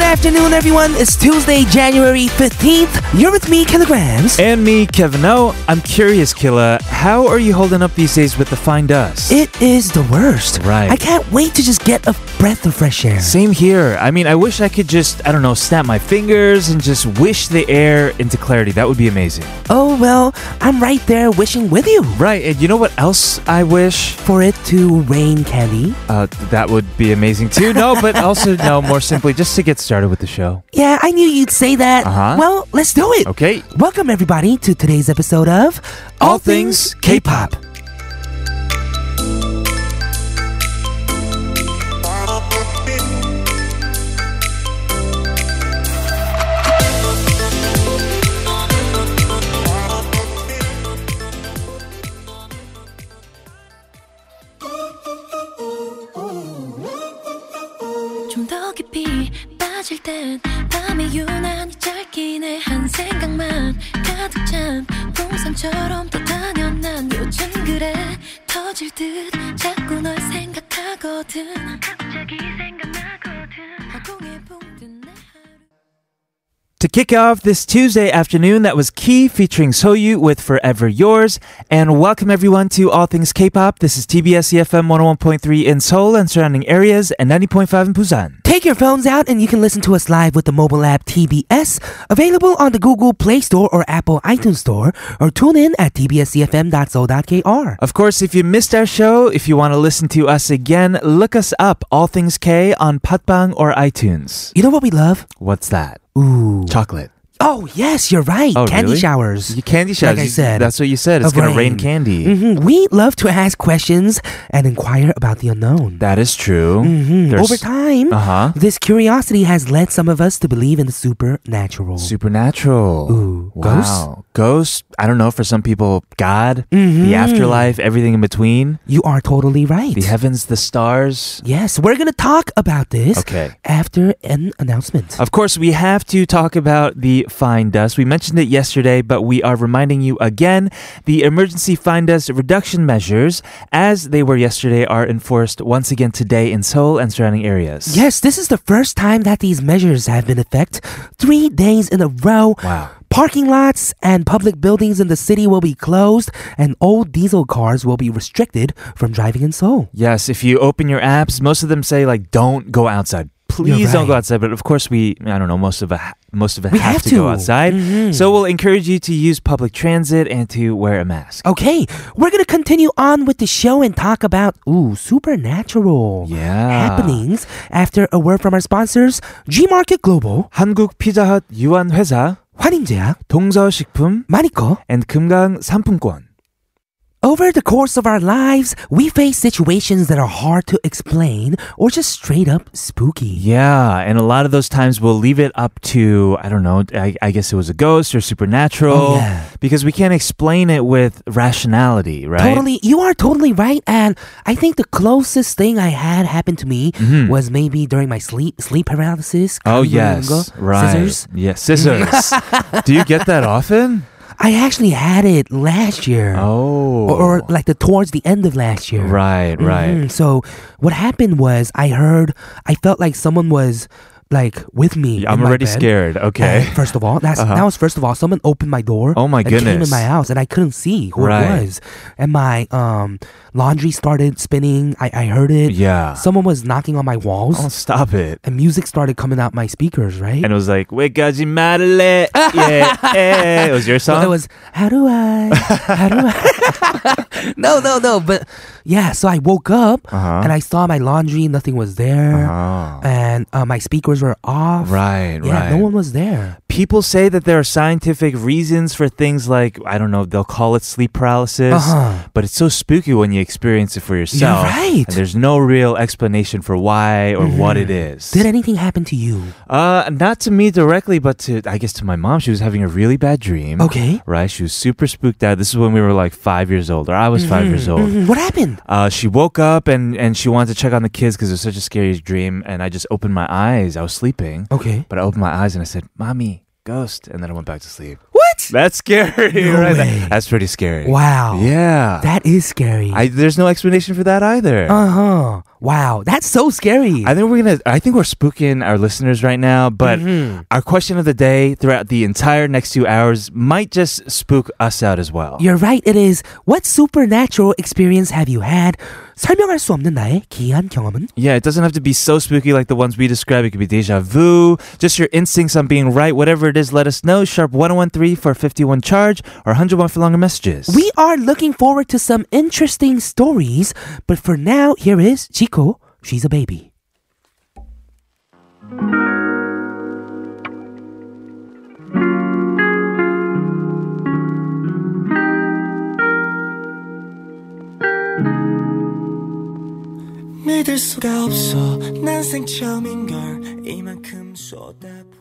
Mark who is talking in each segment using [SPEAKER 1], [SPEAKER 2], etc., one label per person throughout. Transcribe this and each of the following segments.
[SPEAKER 1] afternoon, everyone. It's Tuesday, January 15th. You're with me, Kilograms.
[SPEAKER 2] And me, Kevin O. I'm curious, Killa. How are you holding up these days with the fine dust?
[SPEAKER 1] It is the worst.
[SPEAKER 2] Right.
[SPEAKER 1] I can't wait to just get a breath of fresh air.
[SPEAKER 2] Same here. I mean, I wish I could just, I don't know, snap my fingers and just wish the air into clarity. That would be amazing.
[SPEAKER 1] Oh, well, I'm right there wishing with you
[SPEAKER 2] Right. And you know what else I wish?
[SPEAKER 1] for it to rain, Kelly.
[SPEAKER 2] Uh, that would be amazing too. No, but also, no, more simply, just to get started with the show.
[SPEAKER 1] Yeah, I knew you'd say that.
[SPEAKER 2] Uh-huh.
[SPEAKER 1] Well, let's do it.
[SPEAKER 2] Okay.
[SPEAKER 1] Welcome, everybody, to today's episode of
[SPEAKER 2] All Things K-Pop.
[SPEAKER 3] 좀 더 깊이 빠질 땐 밤이 유난히 짧긴 해한 생각만 가득 찬 동상처럼 떠다녀 난 요즘 그래 터질 듯 자꾸 널 생각하거든 갑자기 생각나거든 아, 허공에 붕뜬 내 하루
[SPEAKER 2] To kick off this Tuesday afternoon, that was Key featuring Soyu with Forever Yours. And welcome everyone to All Things K-Pop. This is TBS EFM 101.3 in Seoul and surrounding areas and 90.5 in Busan.
[SPEAKER 1] Take your phones out and you can listen to us live with the mobile app TBS, available on the Google Play Store or Apple iTunes Store, or tune in at tbscfm.so.kr.
[SPEAKER 2] Of course, if you missed our show, if you want to listen to us again, look us up, All Things K, on Patbang or iTunes.
[SPEAKER 1] You know what we love?
[SPEAKER 2] What's that?
[SPEAKER 1] Ooh.
[SPEAKER 2] Chocolate.
[SPEAKER 1] Oh, yes, you're right.
[SPEAKER 2] Oh,
[SPEAKER 1] candy
[SPEAKER 2] really?
[SPEAKER 1] showers.
[SPEAKER 2] You candy showers.
[SPEAKER 1] Like I
[SPEAKER 2] You-
[SPEAKER 1] said.
[SPEAKER 2] That's what you said. It's
[SPEAKER 1] Of
[SPEAKER 2] going to rain
[SPEAKER 1] rain.
[SPEAKER 2] candy.
[SPEAKER 1] Mhm. We love to ask questions and inquire about the unknown.
[SPEAKER 2] That is true.
[SPEAKER 1] Mhm.
[SPEAKER 2] There's
[SPEAKER 1] Over time,
[SPEAKER 2] Uh-huh.
[SPEAKER 1] this curiosity has led some of us to believe in the supernatural.
[SPEAKER 2] Supernatural.
[SPEAKER 1] Ooh.
[SPEAKER 2] Wow. Ghost. I don't know. For some people, God, the afterlife, everything in between,
[SPEAKER 1] you are totally right.
[SPEAKER 2] the heavens, the stars.
[SPEAKER 1] yes, we're going to talk about this
[SPEAKER 2] Okay.
[SPEAKER 1] after an announcement.
[SPEAKER 2] Of course, we have to talk about the fine dust. We mentioned it yesterday, but we are reminding you again the emergency fine dust reduction measures, as they were yesterday, are enforced once again today in Seoul and surrounding areas.
[SPEAKER 1] Yes, this is the first time that these measures have been in effect. Three days in a row.
[SPEAKER 2] Wow.
[SPEAKER 1] Parking lots and public buildings in the city will be closed, and old diesel cars will be restricted from driving in Seoul.
[SPEAKER 2] Yes, if you open your apps, most of them say like don't go outside. Please don't go
[SPEAKER 1] right.
[SPEAKER 2] outside, but of course we I don't know, most of a most of it
[SPEAKER 1] We
[SPEAKER 2] have,
[SPEAKER 1] have
[SPEAKER 2] to,
[SPEAKER 1] to. Mm-hmm.
[SPEAKER 2] go outside. So we'll encourage you to use public transit and to wear a mask.
[SPEAKER 1] Okay, we're gonna continue on with the show and talk about ooh supernatural
[SPEAKER 2] Yeah.
[SPEAKER 1] happenings after a word from our sponsors: G Market Global,
[SPEAKER 2] 한국 피자헛 유한 회사,
[SPEAKER 1] 환인제약,
[SPEAKER 2] 동서식품
[SPEAKER 1] 마니코.
[SPEAKER 2] and 금강 상품권.
[SPEAKER 1] Over the course of our lives, we face situations that are hard to explain or just straight up spooky.
[SPEAKER 2] Yeah, and a lot of those times we'll leave it up to I don't know. I, I guess it was a ghost or
[SPEAKER 1] Oh,
[SPEAKER 2] supernatural
[SPEAKER 1] yeah.
[SPEAKER 2] because we can't explain it with rationality, right?
[SPEAKER 1] Totally, you are totally right. And I think the closest thing I had happen to me was maybe during my sleep sleep paralysis.
[SPEAKER 2] Mm-hmm. Oh
[SPEAKER 1] Karumango,
[SPEAKER 2] yes, right.
[SPEAKER 1] Scissors.
[SPEAKER 2] Yeah, scissors. Do you get that often?
[SPEAKER 1] I actually had it last year.
[SPEAKER 2] Oh,
[SPEAKER 1] Or, or like the towards the end of last year.
[SPEAKER 2] right,
[SPEAKER 1] Mhm.
[SPEAKER 2] right.
[SPEAKER 1] So what happened was I heard I felt like someone was like with me. in
[SPEAKER 2] I'm
[SPEAKER 1] my
[SPEAKER 2] already
[SPEAKER 1] bed.
[SPEAKER 2] scared. Okay, Uh-huh.
[SPEAKER 1] And first of all, that's that was first of all. Someone opened my door.
[SPEAKER 2] Oh my
[SPEAKER 1] and Came in
[SPEAKER 2] goodness.
[SPEAKER 1] my house, and I couldn't see who
[SPEAKER 2] Right.
[SPEAKER 1] it was. And my um laundry started spinning. I, I heard it.
[SPEAKER 2] yeah.
[SPEAKER 1] Someone was knocking on my walls,
[SPEAKER 2] oh, stop it.
[SPEAKER 1] and music started coming out my speakers. Right.
[SPEAKER 2] And it was like, "Wake up, you madele." Yeah, eh. it was your
[SPEAKER 1] So
[SPEAKER 2] song.
[SPEAKER 1] it was how do I? How do I? no, no, no. But yeah, so I woke up
[SPEAKER 2] Uh-huh.
[SPEAKER 1] and I saw my laundry. Nothing was there,
[SPEAKER 2] Oh.
[SPEAKER 1] and uh, my speakers were off.
[SPEAKER 2] Right,
[SPEAKER 1] Yeah,
[SPEAKER 2] right.
[SPEAKER 1] no one was there.
[SPEAKER 2] people say that there are scientific reasons for things like I don't know, they'll call it sleep paralysis,
[SPEAKER 1] Uh-huh.
[SPEAKER 2] but it's so spooky when you experience it for yourself.
[SPEAKER 1] right. Mm-hmm.
[SPEAKER 2] And there's no real explanation for why or what it is.
[SPEAKER 1] Did anything happen to you?
[SPEAKER 2] uh, not to me directly, but to I guess to my mom. She was having a really bad dream.
[SPEAKER 1] Okay.
[SPEAKER 2] Right. She was super spooked out. This is when we were like five years old, or I was five years old.
[SPEAKER 1] Mhm, What happened?
[SPEAKER 2] Uh, she woke up and, and she wanted to check on the kids because it was such a scary dream. And I just opened my eyes. I was sleeping.
[SPEAKER 1] Okay.
[SPEAKER 2] But I opened my eyes and I said, Mommy, ghost. And then I went back to sleep.
[SPEAKER 1] What? What?
[SPEAKER 2] That's scary,
[SPEAKER 1] No
[SPEAKER 2] right?
[SPEAKER 1] way.
[SPEAKER 2] That's pretty scary.
[SPEAKER 1] Wow.
[SPEAKER 2] Yeah.
[SPEAKER 1] That is scary.
[SPEAKER 2] I, there's no explanation for that either.
[SPEAKER 1] uh huh. Wow. That's so scary.
[SPEAKER 2] I think we're gonna. I think we're spooking our listeners right now. But
[SPEAKER 1] Mm-hmm.
[SPEAKER 2] Mm. our question of the day throughout the entire next two hours might just spook us out as well.
[SPEAKER 1] You're right, it is. What supernatural experience have you had? 설명할 수 없는 나의 기이한 경험은?
[SPEAKER 2] Yeah, it doesn't have to be so spooky like the ones we described. It could be deja vu, just your instincts on being right, whatever it is, let us know. Sharp 1013 for 51 charge or 101 for longer messages.
[SPEAKER 1] We are looking forward to some interesting stories, but for now, here is Chico. She's a baby.
[SPEAKER 4] 믿을 수가 없어 난 생처음인걸 이만큼 쏟아부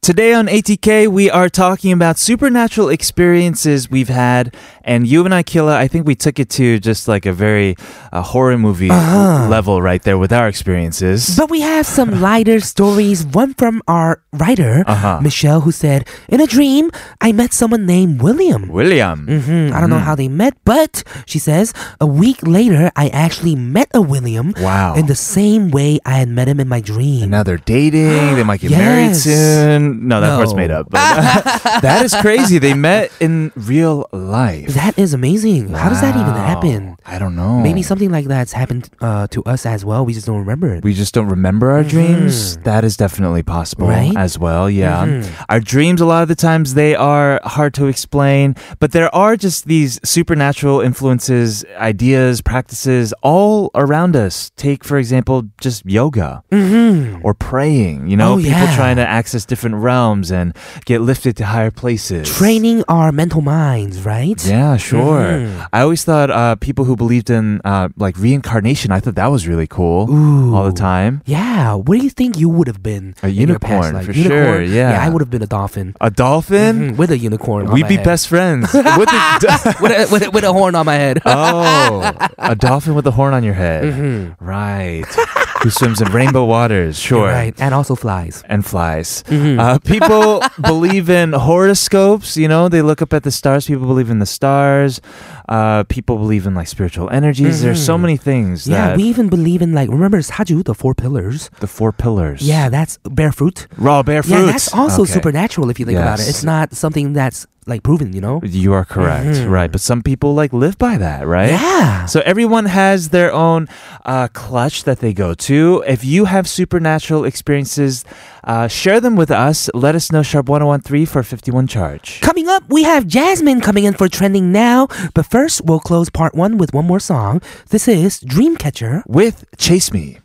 [SPEAKER 2] Today on ATK, we are talking about supernatural experiences we've had. And you and I, Killa, I think we took it to just like a very uh, horror movie level right there with our experiences.
[SPEAKER 1] But we have some lighter stories. One from our writer,
[SPEAKER 2] Uh-huh.
[SPEAKER 1] Michelle, who said, In a dream, I met someone named William.
[SPEAKER 2] William.
[SPEAKER 1] Hmm, I don't know how they met, but she says, A week later, I actually met a William
[SPEAKER 2] Wow.
[SPEAKER 1] in the same way I had met him in my dream.
[SPEAKER 2] Now they're dating. They might get married
[SPEAKER 1] Yes.
[SPEAKER 2] soon. No, that part's
[SPEAKER 1] No.
[SPEAKER 2] made up. But that is crazy. They met in real life.
[SPEAKER 1] That is amazing. How does that even
[SPEAKER 2] Wow.
[SPEAKER 1] happen?
[SPEAKER 2] I don't know.
[SPEAKER 1] Maybe something like that's happened uh, to us as well. We just don't remember it.
[SPEAKER 2] we just don't remember our dreams. That is definitely possible
[SPEAKER 1] Mm-hmm. Right? Mm-hmm.
[SPEAKER 2] as well. Yeah. Our dreams, a lot of the times, they are hard to explain, but there are just these supernatural influences, ideas, practices all around us. Take, for example, just yoga or praying, you know,
[SPEAKER 1] Mm-hmm. Oh,
[SPEAKER 2] people
[SPEAKER 1] yeah.
[SPEAKER 2] trying to access different realms and get lifted to higher places.
[SPEAKER 1] Training Mm-hmm. our mental minds, right?
[SPEAKER 2] Yeah, sure. I always thought uh, people who believed in uh, like reincarnation, I thought that was really cool all the time.
[SPEAKER 1] Yeah. What do you think you would have been?
[SPEAKER 2] A
[SPEAKER 1] in your past
[SPEAKER 2] unicorn,
[SPEAKER 1] life?
[SPEAKER 2] for sure,
[SPEAKER 1] unicorn?
[SPEAKER 2] yeah.
[SPEAKER 1] I would have been a dolphin.
[SPEAKER 2] A dolphin?
[SPEAKER 1] Mhm, With a unicorn. on
[SPEAKER 2] We'd
[SPEAKER 1] my
[SPEAKER 2] be
[SPEAKER 1] head.
[SPEAKER 2] best friends. With a do-
[SPEAKER 1] with, a, with, a, with a horn on my head.
[SPEAKER 2] oh, a dolphin with a horn on your head.
[SPEAKER 1] Mm-hmm.
[SPEAKER 2] Right. who swims in rainbow waters, sure.
[SPEAKER 1] Right. Mm-hmm. And also flies.
[SPEAKER 2] And flies. Uh, people believe in horoscopes. You know, they look up at the stars. People believe in the stars. Uh, people believe in like spiritual energies. There's so many things
[SPEAKER 1] Mm-hmm. Yeah.
[SPEAKER 2] that
[SPEAKER 1] We even believe in like remember Saju, the four pillars.
[SPEAKER 2] the four pillars.
[SPEAKER 1] Yeah, that's bare fruit.
[SPEAKER 2] raw bare fruit.
[SPEAKER 1] Yeah, that's also
[SPEAKER 2] Okay.
[SPEAKER 1] supernatural if you think about it.
[SPEAKER 2] Yes.
[SPEAKER 1] It's not something that's like proven, you know?
[SPEAKER 2] You are correct,
[SPEAKER 1] Mm-hmm.
[SPEAKER 2] right? But some people like live by that, right?
[SPEAKER 1] Yeah.
[SPEAKER 2] So everyone has their own uh, clutch that they go to. If you have supernatural experiences, uh, share them with us. Let us know sharp one zero one three for fifty one charge.
[SPEAKER 1] Coming up, we have Jasmine coming in for trending now. But first, we'll close part one with one more song. This is Dreamcatcher.
[SPEAKER 2] With Chase Me.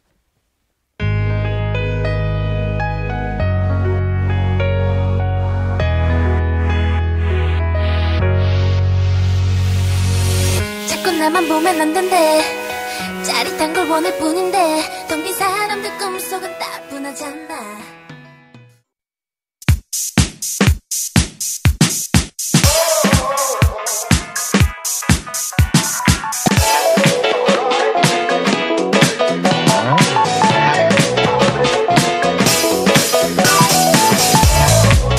[SPEAKER 3] 자꾸 나만 보면 안 된대 짜릿한 걸 원할 뿐인데 덤빈 사람들 꿈속은 따분하잖아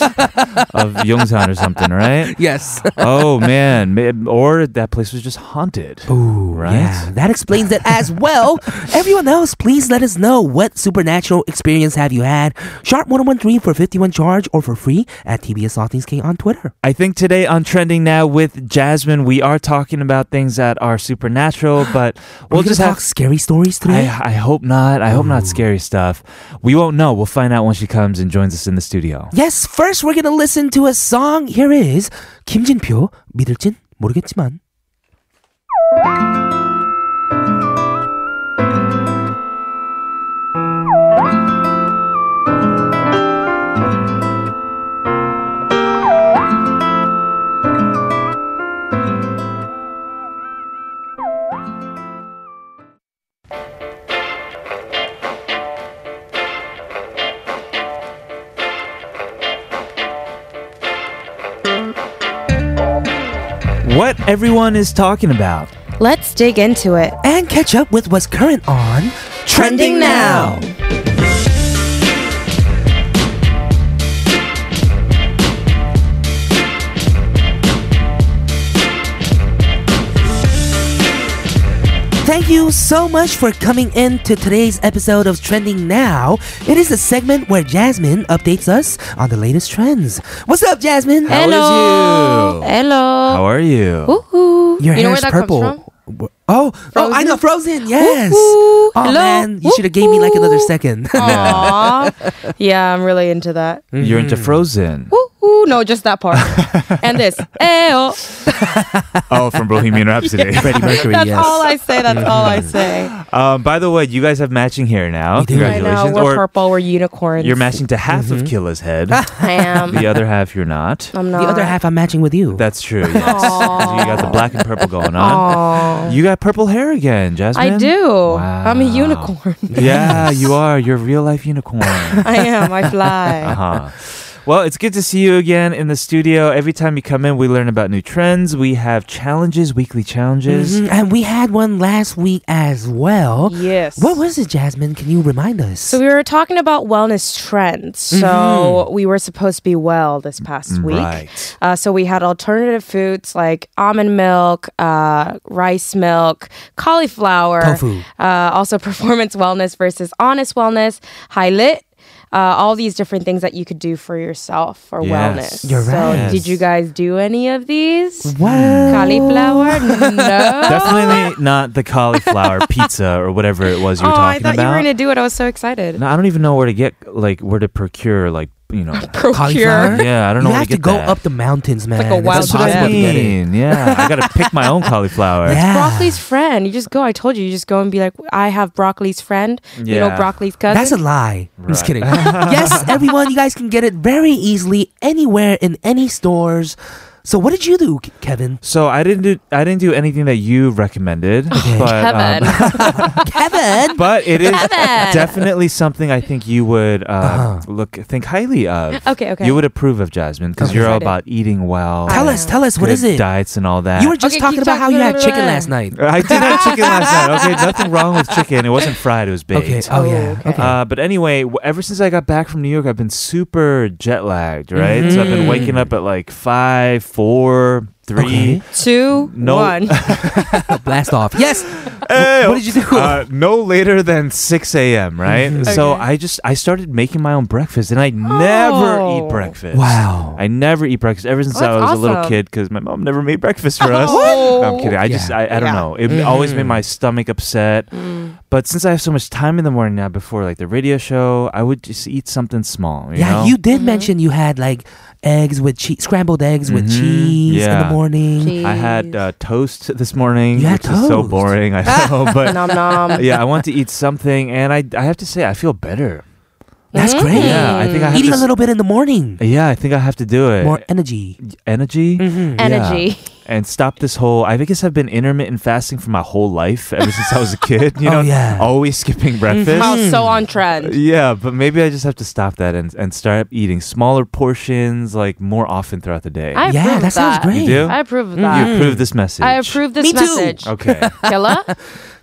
[SPEAKER 2] of Yongsan or something, right?
[SPEAKER 1] yes.
[SPEAKER 2] oh man, Ma- or that place was just haunted.
[SPEAKER 1] Ooh,
[SPEAKER 2] Right?
[SPEAKER 1] Yeah, that explains it as well. Everyone else, please let us know what supernatural experience have you had. Sharp 1013 for 51 charge or for free at TBS All Things King on Twitter.
[SPEAKER 2] I think today on trending now with Jasmine, we are talking about things that are supernatural, but
[SPEAKER 1] We'll
[SPEAKER 2] we'll
[SPEAKER 1] just
[SPEAKER 2] just
[SPEAKER 1] talk
[SPEAKER 2] have.
[SPEAKER 1] scary stories today.
[SPEAKER 2] I, uh, I hope not. I hope not scary stuff. We won't know. We'll find out when she comes and joins us in the studio.
[SPEAKER 1] yes, first we're gonna listen to a song. Here is 김진표 믿을진 모르겠지만.
[SPEAKER 2] What everyone is talking about.
[SPEAKER 5] Let's dig into it.
[SPEAKER 1] and catch up with what's current on
[SPEAKER 5] Trending Now.
[SPEAKER 1] Thank you so much for coming in to today's episode of Trending Now. It is a segment where Jasmine updates us on the latest trends. What's up, Jasmine?
[SPEAKER 2] How is
[SPEAKER 5] Hello.
[SPEAKER 2] you? How
[SPEAKER 5] Hello.
[SPEAKER 2] are you?
[SPEAKER 5] Woohoo.
[SPEAKER 1] Your
[SPEAKER 5] you
[SPEAKER 1] hair
[SPEAKER 5] know where
[SPEAKER 1] is
[SPEAKER 5] that
[SPEAKER 1] purple.
[SPEAKER 5] comes from?
[SPEAKER 1] Oh, oh, I know, Frozen. Yes.
[SPEAKER 5] Woohoo.
[SPEAKER 1] Oh
[SPEAKER 5] Hello.
[SPEAKER 1] man, you should have gave me like another
[SPEAKER 5] Woohoo.
[SPEAKER 1] second.
[SPEAKER 5] Aw. yeah, I'm really into that.
[SPEAKER 1] Mm.
[SPEAKER 2] You're
[SPEAKER 1] Mm-hmm.
[SPEAKER 2] into Frozen.
[SPEAKER 5] Woohoo. No, just that part. and this. Ayo.
[SPEAKER 2] oh, from Bohemian Rhapsody.
[SPEAKER 1] Freddie Mercury.
[SPEAKER 5] That's
[SPEAKER 1] yes.
[SPEAKER 5] all I say. That's all I say.
[SPEAKER 2] Um, by the way, you guys have matching hair now.
[SPEAKER 1] We do. I Mm-hmm.
[SPEAKER 5] I know.
[SPEAKER 2] Congratulations.
[SPEAKER 5] We're
[SPEAKER 2] or
[SPEAKER 5] purple. We're unicorns.
[SPEAKER 2] you're matching to half of Killa's head.
[SPEAKER 5] I am.
[SPEAKER 2] the other half you're not.
[SPEAKER 5] I'm not.
[SPEAKER 1] the other half I'm matching with you.
[SPEAKER 2] That's true. Yes.
[SPEAKER 5] Aw.
[SPEAKER 2] You got the black and purple going on.
[SPEAKER 5] Aw.
[SPEAKER 2] You got purple hair again, Jasmine.
[SPEAKER 5] I do. I'm a
[SPEAKER 2] Wow.
[SPEAKER 5] unicorn.
[SPEAKER 2] Yeah, you are. You're a real life unicorn.
[SPEAKER 5] I am. I fly.
[SPEAKER 2] Uh-huh. Well, it's good to see you again in the studio. Every time you come in, we learn about new trends. We have challenges, weekly challenges.
[SPEAKER 1] Mhm, And we had one last week as well.
[SPEAKER 5] Yes.
[SPEAKER 1] What was it, Jasmine? Can you remind us?
[SPEAKER 5] So we were talking about wellness trends. So we were supposed to be well this past week.
[SPEAKER 2] Mm-hmm. Right.
[SPEAKER 5] Uh, so we had alternative foods like almond milk, uh, rice milk, cauliflower,
[SPEAKER 1] Tofu.
[SPEAKER 5] Uh, also performance wellness versus honest wellness, high lit. Uh, all these different things that you could do for yourself for
[SPEAKER 2] Yes.
[SPEAKER 5] wellness.
[SPEAKER 1] You're right.
[SPEAKER 5] So, did you guys do any of these?
[SPEAKER 1] Wow.
[SPEAKER 5] Cauliflower? No.
[SPEAKER 2] Definitely not the cauliflower pizza or whatever it was you
[SPEAKER 5] Oh,
[SPEAKER 2] were
[SPEAKER 5] I
[SPEAKER 2] talking
[SPEAKER 5] thought you
[SPEAKER 2] about.
[SPEAKER 5] were gonna do it. I was so excited.
[SPEAKER 2] No, I don't even know where to get like where to procure like you know.
[SPEAKER 1] Cauliflower?
[SPEAKER 2] yeah, I don't know.
[SPEAKER 1] You
[SPEAKER 2] where
[SPEAKER 1] have to
[SPEAKER 2] to, get
[SPEAKER 1] go
[SPEAKER 2] that.
[SPEAKER 1] up the mountains, man.
[SPEAKER 5] like a wild
[SPEAKER 1] it's
[SPEAKER 2] That's what
[SPEAKER 1] impossible
[SPEAKER 2] I
[SPEAKER 1] to
[SPEAKER 5] Possible
[SPEAKER 1] get it.
[SPEAKER 2] mean. Yeah, I gotta pick my own cauliflower.
[SPEAKER 1] Yeah.
[SPEAKER 5] broccoli's friend. You just go. I told you. You just go and be like, I have broccoli's friend. You know,
[SPEAKER 2] Yeah.
[SPEAKER 5] broccoli's cousin.
[SPEAKER 1] That's a lie. I'm just
[SPEAKER 2] Right.
[SPEAKER 1] kidding. yes, everyone, you guys can get it very easily anywhere in any stores. So, what did you do, K- Kevin?
[SPEAKER 2] So I didn't do I didn't do anything that you recommended, but um,
[SPEAKER 5] Kevin.
[SPEAKER 1] Kevin!
[SPEAKER 2] but it is
[SPEAKER 5] Kevin.
[SPEAKER 2] definitely something I think you would uh,
[SPEAKER 1] Uh-huh.
[SPEAKER 2] look think highly of.
[SPEAKER 5] Okay, okay.
[SPEAKER 2] You would approve of Jasmine because
[SPEAKER 5] Okay.
[SPEAKER 2] you're all about
[SPEAKER 5] Excited.
[SPEAKER 2] eating well.
[SPEAKER 1] tell us, tell us, what
[SPEAKER 2] good
[SPEAKER 1] is it?
[SPEAKER 2] Diets and all that.
[SPEAKER 1] You were just
[SPEAKER 5] Okay,
[SPEAKER 1] talking
[SPEAKER 5] keep
[SPEAKER 1] about how
[SPEAKER 5] talking,
[SPEAKER 1] you had
[SPEAKER 5] blah, blah,
[SPEAKER 1] chicken
[SPEAKER 5] blah.
[SPEAKER 1] last night.
[SPEAKER 2] I did have chicken last night. Okay, nothing wrong with chicken. It wasn't fried. It was baked.
[SPEAKER 1] Okay, oh,
[SPEAKER 5] Oh,
[SPEAKER 1] yeah.
[SPEAKER 5] okay.
[SPEAKER 1] Okay.
[SPEAKER 2] Uh, but anyway, w- ever since I got back from New York, I've been super jet lagged, right? So I've
[SPEAKER 1] Mm-hmm.
[SPEAKER 2] been waking up at like five, four, three.
[SPEAKER 5] Two,
[SPEAKER 2] No.
[SPEAKER 5] one.
[SPEAKER 1] Blast off. Yes!
[SPEAKER 2] Hey,
[SPEAKER 1] What did you do? Mm-hmm.
[SPEAKER 2] Uh, no later than 6 a.m., right? So I just, I started making my own breakfast and I never
[SPEAKER 5] Oh.
[SPEAKER 2] eat breakfast.
[SPEAKER 1] wow.
[SPEAKER 2] I never eat breakfast ever since
[SPEAKER 5] Oh, that's
[SPEAKER 2] I was a little
[SPEAKER 5] awesome.
[SPEAKER 2] kid because my mom never made breakfast for us.
[SPEAKER 5] What?
[SPEAKER 2] No, I'm kidding. I just,
[SPEAKER 1] Yeah. Mm-hmm. Mm.
[SPEAKER 2] I, I don't
[SPEAKER 5] Yeah.
[SPEAKER 2] know. It always made my stomach upset. But since I have so much time in the morning now before like the radio show, I would just eat something small. You
[SPEAKER 1] yeah,
[SPEAKER 2] know?
[SPEAKER 1] you
[SPEAKER 5] Mm-hmm.
[SPEAKER 1] did mention you had like eggs with cheese, scrambled eggs with cheese in the
[SPEAKER 2] Mm-hmm. Yeah.
[SPEAKER 1] morning.
[SPEAKER 5] Cheese.
[SPEAKER 2] I had uh, toast this morning,
[SPEAKER 1] You had
[SPEAKER 2] which is so
[SPEAKER 1] toast.
[SPEAKER 2] boring. I know, but
[SPEAKER 5] nom nom.
[SPEAKER 2] yeah, I want to eat something, and I I have to say I feel better.
[SPEAKER 1] That's
[SPEAKER 5] Mm-hmm.
[SPEAKER 1] great.
[SPEAKER 2] Yeah, I think I have
[SPEAKER 1] Eating
[SPEAKER 2] to,
[SPEAKER 1] a little bit in the morning,
[SPEAKER 2] Yeah, I think I have to do it. E-,
[SPEAKER 1] more energy.
[SPEAKER 2] energy.
[SPEAKER 1] Mm-hmm.
[SPEAKER 2] Yeah.
[SPEAKER 5] Energy.
[SPEAKER 2] Mm. And stop this whole. I guess I've been intermittent fasting for my whole life ever since I was a kid. You
[SPEAKER 1] Oh,
[SPEAKER 2] know,
[SPEAKER 1] yeah.
[SPEAKER 2] always skipping breakfast.
[SPEAKER 5] Wow, so on trend.
[SPEAKER 2] Yeah, but maybe I just have to stop that and, and start eating smaller portions like more often throughout the day.
[SPEAKER 5] I
[SPEAKER 1] Yeah,
[SPEAKER 5] approve
[SPEAKER 1] that sounds great.
[SPEAKER 2] you do?
[SPEAKER 5] I approve of
[SPEAKER 2] Mm, you
[SPEAKER 5] that.
[SPEAKER 2] approve this message.
[SPEAKER 5] I approve this
[SPEAKER 1] Me too.
[SPEAKER 5] message.
[SPEAKER 2] Okay.
[SPEAKER 5] Killa?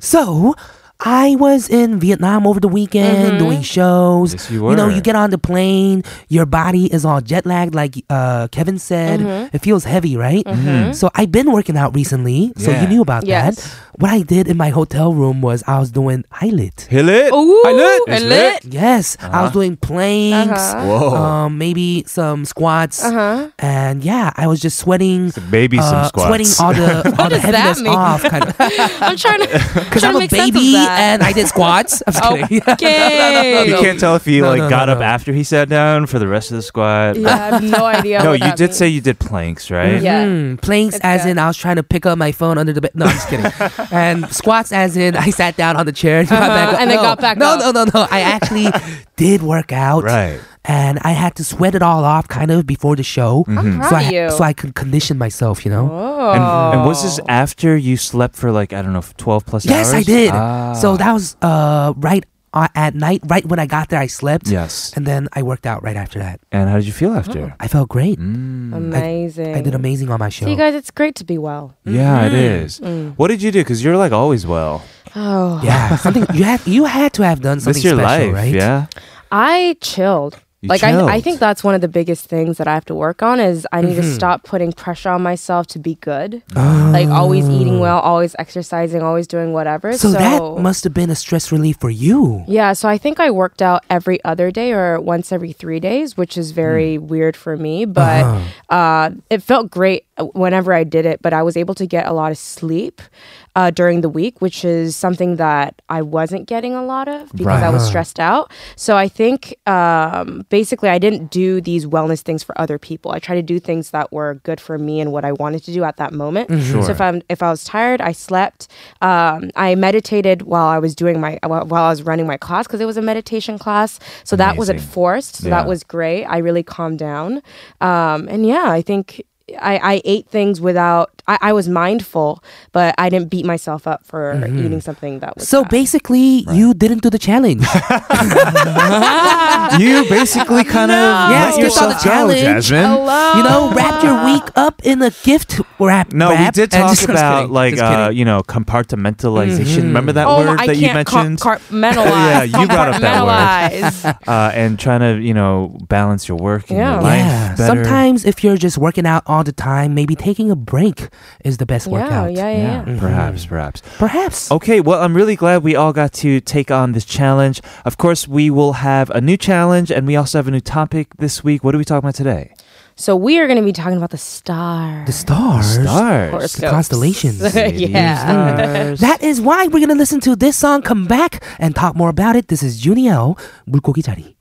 [SPEAKER 1] So I was in Vietnam over the
[SPEAKER 5] Mm-hmm.
[SPEAKER 1] weekend doing shows.
[SPEAKER 2] Yes, you
[SPEAKER 1] know,
[SPEAKER 2] were.
[SPEAKER 1] you get on the plane, your body is all jet lagged, like uh, Kevin said.
[SPEAKER 5] Mm-hmm.
[SPEAKER 1] It feels heavy, right? So I've been working out recently. So you
[SPEAKER 2] Mm-hmm. Yeah.
[SPEAKER 1] knew about
[SPEAKER 5] Yes.
[SPEAKER 1] that. What I did in my hotel room was I was doing eyelid.
[SPEAKER 2] Hill it.
[SPEAKER 5] Ooh,
[SPEAKER 2] I lit.
[SPEAKER 5] I
[SPEAKER 2] It's
[SPEAKER 5] lit.
[SPEAKER 1] Yes,
[SPEAKER 2] Uh-huh.
[SPEAKER 1] I was doing planks.
[SPEAKER 5] Uh-huh.
[SPEAKER 2] Whoa.
[SPEAKER 1] Um, maybe some squats, and yeah, I was just sweating,
[SPEAKER 2] Baby some
[SPEAKER 1] uh,
[SPEAKER 2] squats.
[SPEAKER 1] sweating all the all the
[SPEAKER 5] does that
[SPEAKER 1] heaviness
[SPEAKER 5] mean?
[SPEAKER 1] off, kind of.
[SPEAKER 5] I'm trying to,
[SPEAKER 1] Because I'm
[SPEAKER 5] trying
[SPEAKER 1] a
[SPEAKER 5] to make sense
[SPEAKER 1] baby
[SPEAKER 5] of that. Oh,
[SPEAKER 1] and I did squats. I'm just kidding.
[SPEAKER 5] okay.
[SPEAKER 2] you can't tell if he
[SPEAKER 1] No,
[SPEAKER 2] like
[SPEAKER 1] no, no,
[SPEAKER 2] got up
[SPEAKER 1] no.
[SPEAKER 2] after he sat down for the rest of the squat.
[SPEAKER 5] Yeah, I have no idea.
[SPEAKER 2] No,
[SPEAKER 5] what Mm-hmm.
[SPEAKER 2] you
[SPEAKER 5] that
[SPEAKER 2] did
[SPEAKER 5] means.
[SPEAKER 2] say you did planks, right?
[SPEAKER 5] Yeah.
[SPEAKER 1] Mm, planks
[SPEAKER 5] It's
[SPEAKER 1] as
[SPEAKER 5] good.
[SPEAKER 1] in I was trying to pick up my phone under the bed. No, I'm just kidding. and squats as in I sat down on the chair and, got back up.
[SPEAKER 5] Uh-huh. and then
[SPEAKER 1] no,
[SPEAKER 5] got back
[SPEAKER 1] no,
[SPEAKER 5] up.
[SPEAKER 1] No, no, no, I actually did work out.
[SPEAKER 2] Right.
[SPEAKER 1] And I had to sweat it all off kind of before the show.
[SPEAKER 2] Mm. mm-hmm.
[SPEAKER 5] I'm proud
[SPEAKER 1] So
[SPEAKER 5] of
[SPEAKER 1] I,
[SPEAKER 5] you.
[SPEAKER 1] so I could condition myself, you know?
[SPEAKER 5] oh.
[SPEAKER 2] And, and was this after you slept for like, I don't know, 12 plus
[SPEAKER 1] Yes,
[SPEAKER 2] hours?
[SPEAKER 1] I did.
[SPEAKER 2] Ah.
[SPEAKER 1] So that was uh, right uh, at night, right when I got there, I slept.
[SPEAKER 2] Yes.
[SPEAKER 1] And Oh. then I worked out right after that.
[SPEAKER 2] And how did you feel after? Mm.
[SPEAKER 1] I felt great.
[SPEAKER 5] Mm. amazing.
[SPEAKER 1] I did amazing on my show.
[SPEAKER 5] So you guys, it's great to be well.
[SPEAKER 2] Yeah,
[SPEAKER 1] Mm-hmm.
[SPEAKER 2] it is.
[SPEAKER 1] Mm.
[SPEAKER 2] What did you do? Because you're like always well.
[SPEAKER 5] Oh,
[SPEAKER 1] Yeah, something you had you had to have done something
[SPEAKER 2] Miss your
[SPEAKER 1] special,
[SPEAKER 2] life,
[SPEAKER 1] right?
[SPEAKER 2] yeah.
[SPEAKER 5] I chilled.
[SPEAKER 2] You
[SPEAKER 5] like I, I
[SPEAKER 2] chilled.
[SPEAKER 5] think that's one of the biggest things that I have to work on is I need to stop putting pressure on myself to be good. Like always eating well, always exercising, always doing whatever.
[SPEAKER 1] So, that must have been a stress relief for you.
[SPEAKER 5] Yeah, so I think I worked out every other day or once every three days, which is very weird for me, but uh it felt great whenever I did it. But I was able to get a lot of sleep uh, during the week, which is something that I wasn't getting a lot of because I was stressed out. So I think um, basically I didn't do these wellness things for other people. I tried to do things that were good for me and what I wanted to do at that moment.
[SPEAKER 2] Mm-hmm.
[SPEAKER 5] So if I'm if I was tired, I slept. Um, I meditated while I was doing my while while I was running my class because it was a meditation class. So that wasn't
[SPEAKER 2] Amazing.
[SPEAKER 5] forced. So that
[SPEAKER 2] Yeah.
[SPEAKER 5] was great. I really calmed down. Um, and yeah, I think. I, I ate things without I, I was mindful but i didn't beat myself up for
[SPEAKER 2] Mm-hmm.
[SPEAKER 5] eating something that was
[SPEAKER 1] So
[SPEAKER 5] bad.
[SPEAKER 1] basically, you didn't do the challenge.
[SPEAKER 2] you basically kind
[SPEAKER 5] Oh.
[SPEAKER 2] of
[SPEAKER 1] Yeah,
[SPEAKER 2] let
[SPEAKER 1] you saw
[SPEAKER 2] yourself
[SPEAKER 1] the
[SPEAKER 2] go,
[SPEAKER 1] challenge.
[SPEAKER 2] Jasmine.
[SPEAKER 1] you know, wrap your week up in a gift wrap.
[SPEAKER 2] No, we
[SPEAKER 1] wrap
[SPEAKER 2] did
[SPEAKER 1] and-
[SPEAKER 2] talk
[SPEAKER 1] just kidding,
[SPEAKER 2] about like
[SPEAKER 1] just
[SPEAKER 2] uh,
[SPEAKER 1] kidding. Mm-hmm.
[SPEAKER 2] you know compartmentalization. Remember that
[SPEAKER 5] oh,
[SPEAKER 2] word
[SPEAKER 5] I
[SPEAKER 2] that you
[SPEAKER 5] can't
[SPEAKER 2] mentioned?
[SPEAKER 5] compartmentalize.
[SPEAKER 2] Yeah, you brought up that word.
[SPEAKER 5] Compartmentalize.
[SPEAKER 2] uh, and trying to you know balance your work and
[SPEAKER 5] Yeah.
[SPEAKER 2] your life
[SPEAKER 1] yeah.
[SPEAKER 2] better.
[SPEAKER 1] Sometimes if you're just working out all the time, maybe taking a break is the best
[SPEAKER 5] yeah, yeah,
[SPEAKER 1] workout.
[SPEAKER 5] yeah, yeah.
[SPEAKER 1] Mm-hmm.
[SPEAKER 2] Perhaps, perhaps.
[SPEAKER 1] Perhaps.
[SPEAKER 2] Okay, well, I'm really glad we all got to take on this challenge. Of course, we will have a new challenge and we also have a new topic this week. What are we talking about today?
[SPEAKER 5] So we are going to be talking about the star.
[SPEAKER 1] The stars.
[SPEAKER 2] Stars.
[SPEAKER 5] horoscopes.
[SPEAKER 1] constellations.
[SPEAKER 5] yeah.
[SPEAKER 2] Stars.
[SPEAKER 1] That is why we're going to listen to this song, come back, and talk more about it. This is Junio, 물고기 자리.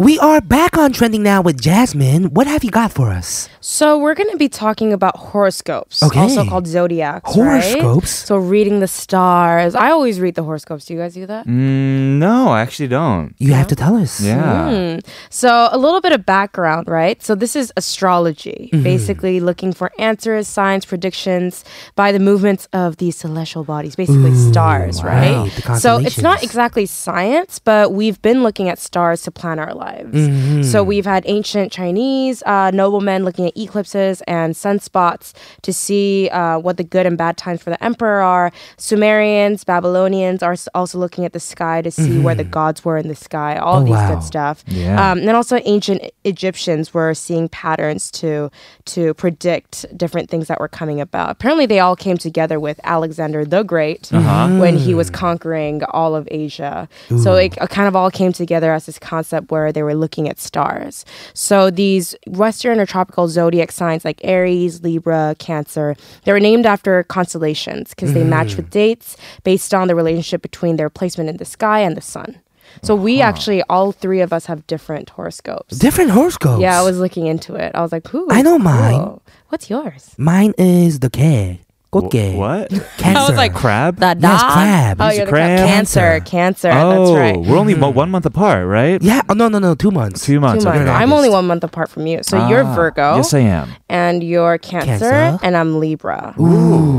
[SPEAKER 1] We are back on trending now with Jasmine. What have you got for us?
[SPEAKER 5] So we're going to be talking about horoscopes,
[SPEAKER 1] Okay.
[SPEAKER 5] also called zodiacs. right?
[SPEAKER 1] Horoscopes?
[SPEAKER 5] So reading the stars. I always read the horoscopes. Do you guys do that?
[SPEAKER 2] Mm, no, I actually don't.
[SPEAKER 1] You have to tell us.
[SPEAKER 2] Yeah.
[SPEAKER 5] So, a little bit of background, right? So, this is astrology,
[SPEAKER 1] Mm-hmm.
[SPEAKER 5] basically looking for answers, signs, predictions by the movements of these celestial bodies, basically stars,
[SPEAKER 1] wow,
[SPEAKER 5] right?
[SPEAKER 1] the
[SPEAKER 5] so, it's
[SPEAKER 1] constellations.
[SPEAKER 5] not
[SPEAKER 1] Mm-hmm.
[SPEAKER 5] exactly science, but we've been looking at stars to plan our lives. So, So we've had ancient Chinese uh, noblemen looking at eclipses and sunspots to see uh, what the good and bad times for the emperor are. Sumerians, Babylonians are s- also looking at the sky to see where the
[SPEAKER 1] Mm-hmm.
[SPEAKER 5] gods were in the sky.
[SPEAKER 2] Oh,
[SPEAKER 5] All of these
[SPEAKER 2] wow.
[SPEAKER 5] good stuff.
[SPEAKER 2] Yeah.
[SPEAKER 5] Um, and then also ancient Egyptians were seeing patterns to to predict different things that were coming about. Apparently, they all came together with Alexander the Great
[SPEAKER 2] Uh-huh.
[SPEAKER 5] when he was conquering all of Asia. So it kind of all came together as this concept where they were looking at stars. So these Western or tropical zodiac signs like Aries, Libra, Cancer, they were named after constellations because they match
[SPEAKER 2] Mm-hmm.
[SPEAKER 5] with dates based on the relationship between their placement in the sky and the sun. So we actually, all three of us have different horoscopes.
[SPEAKER 1] Different horoscopes.
[SPEAKER 5] Yeah, I was looking into it. I was like, "Ooh,
[SPEAKER 1] I know mine.
[SPEAKER 5] cool. What's yours?"
[SPEAKER 1] Mine is the cat. Good cat.
[SPEAKER 2] What?
[SPEAKER 1] Cancer.
[SPEAKER 5] I was like,
[SPEAKER 2] Crab?
[SPEAKER 5] The
[SPEAKER 1] Yes, crab.
[SPEAKER 5] Oh,
[SPEAKER 1] He's
[SPEAKER 5] you're
[SPEAKER 2] a
[SPEAKER 5] the crab.
[SPEAKER 2] crab.
[SPEAKER 5] Cancer, cancer.
[SPEAKER 2] oh,
[SPEAKER 5] that's right.
[SPEAKER 2] we're only mo- one month apart, right?
[SPEAKER 1] Hmm. yeah. Oh, no, no, no. Two months.
[SPEAKER 2] Two months.
[SPEAKER 5] Two
[SPEAKER 2] okay.
[SPEAKER 5] months. I'm only one month apart from you. So you're
[SPEAKER 2] Ah,
[SPEAKER 5] Virgo.
[SPEAKER 2] Yes, I am.
[SPEAKER 5] and you're cancer,
[SPEAKER 1] Cancer.
[SPEAKER 5] and I'm Libra.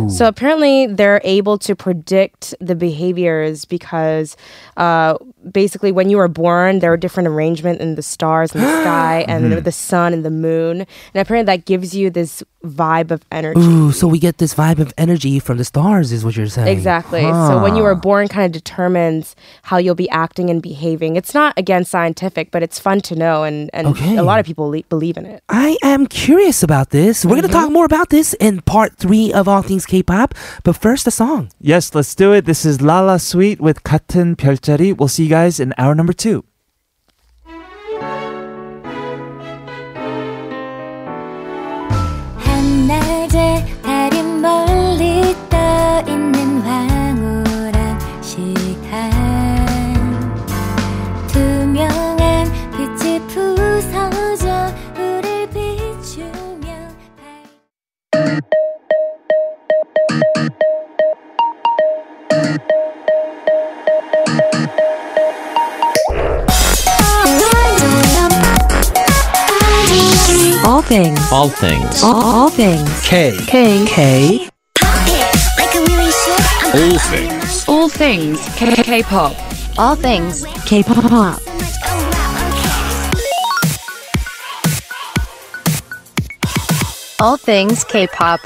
[SPEAKER 5] So apparently they're able to predict the behaviors because uh, basically when you were born, there were different arrangement in the stars in the sky and
[SPEAKER 1] Mm-hmm.
[SPEAKER 5] the sun and the moon, and apparently that gives you this vibe of energy.
[SPEAKER 1] Ooh, so we get this vibe of energy from the stars, is what you're saying.
[SPEAKER 5] Exactly. So when you were born kind of determines how you'll be acting and behaving. It's not again scientific, but it's fun to know and and
[SPEAKER 1] Okay.
[SPEAKER 5] a lot of people le- believe in it.
[SPEAKER 1] I am curious about this. We're
[SPEAKER 5] Mm-hmm.
[SPEAKER 1] going to talk more about this in part three of All Things K pop. But first, a song.
[SPEAKER 2] Yes, let's do it. This is Lala Sweet with 같은 별자리. We'll see you guys in hour number two.
[SPEAKER 3] 한낮에 달이 멀리 떠 있는 황홀한 시간 투명한 빛이 부서져 우릴 비추며 밝-
[SPEAKER 6] All things. All things. All, all things. K. K. K. All things. K. K. Pop. All things. K. Pop. All things K. Pop.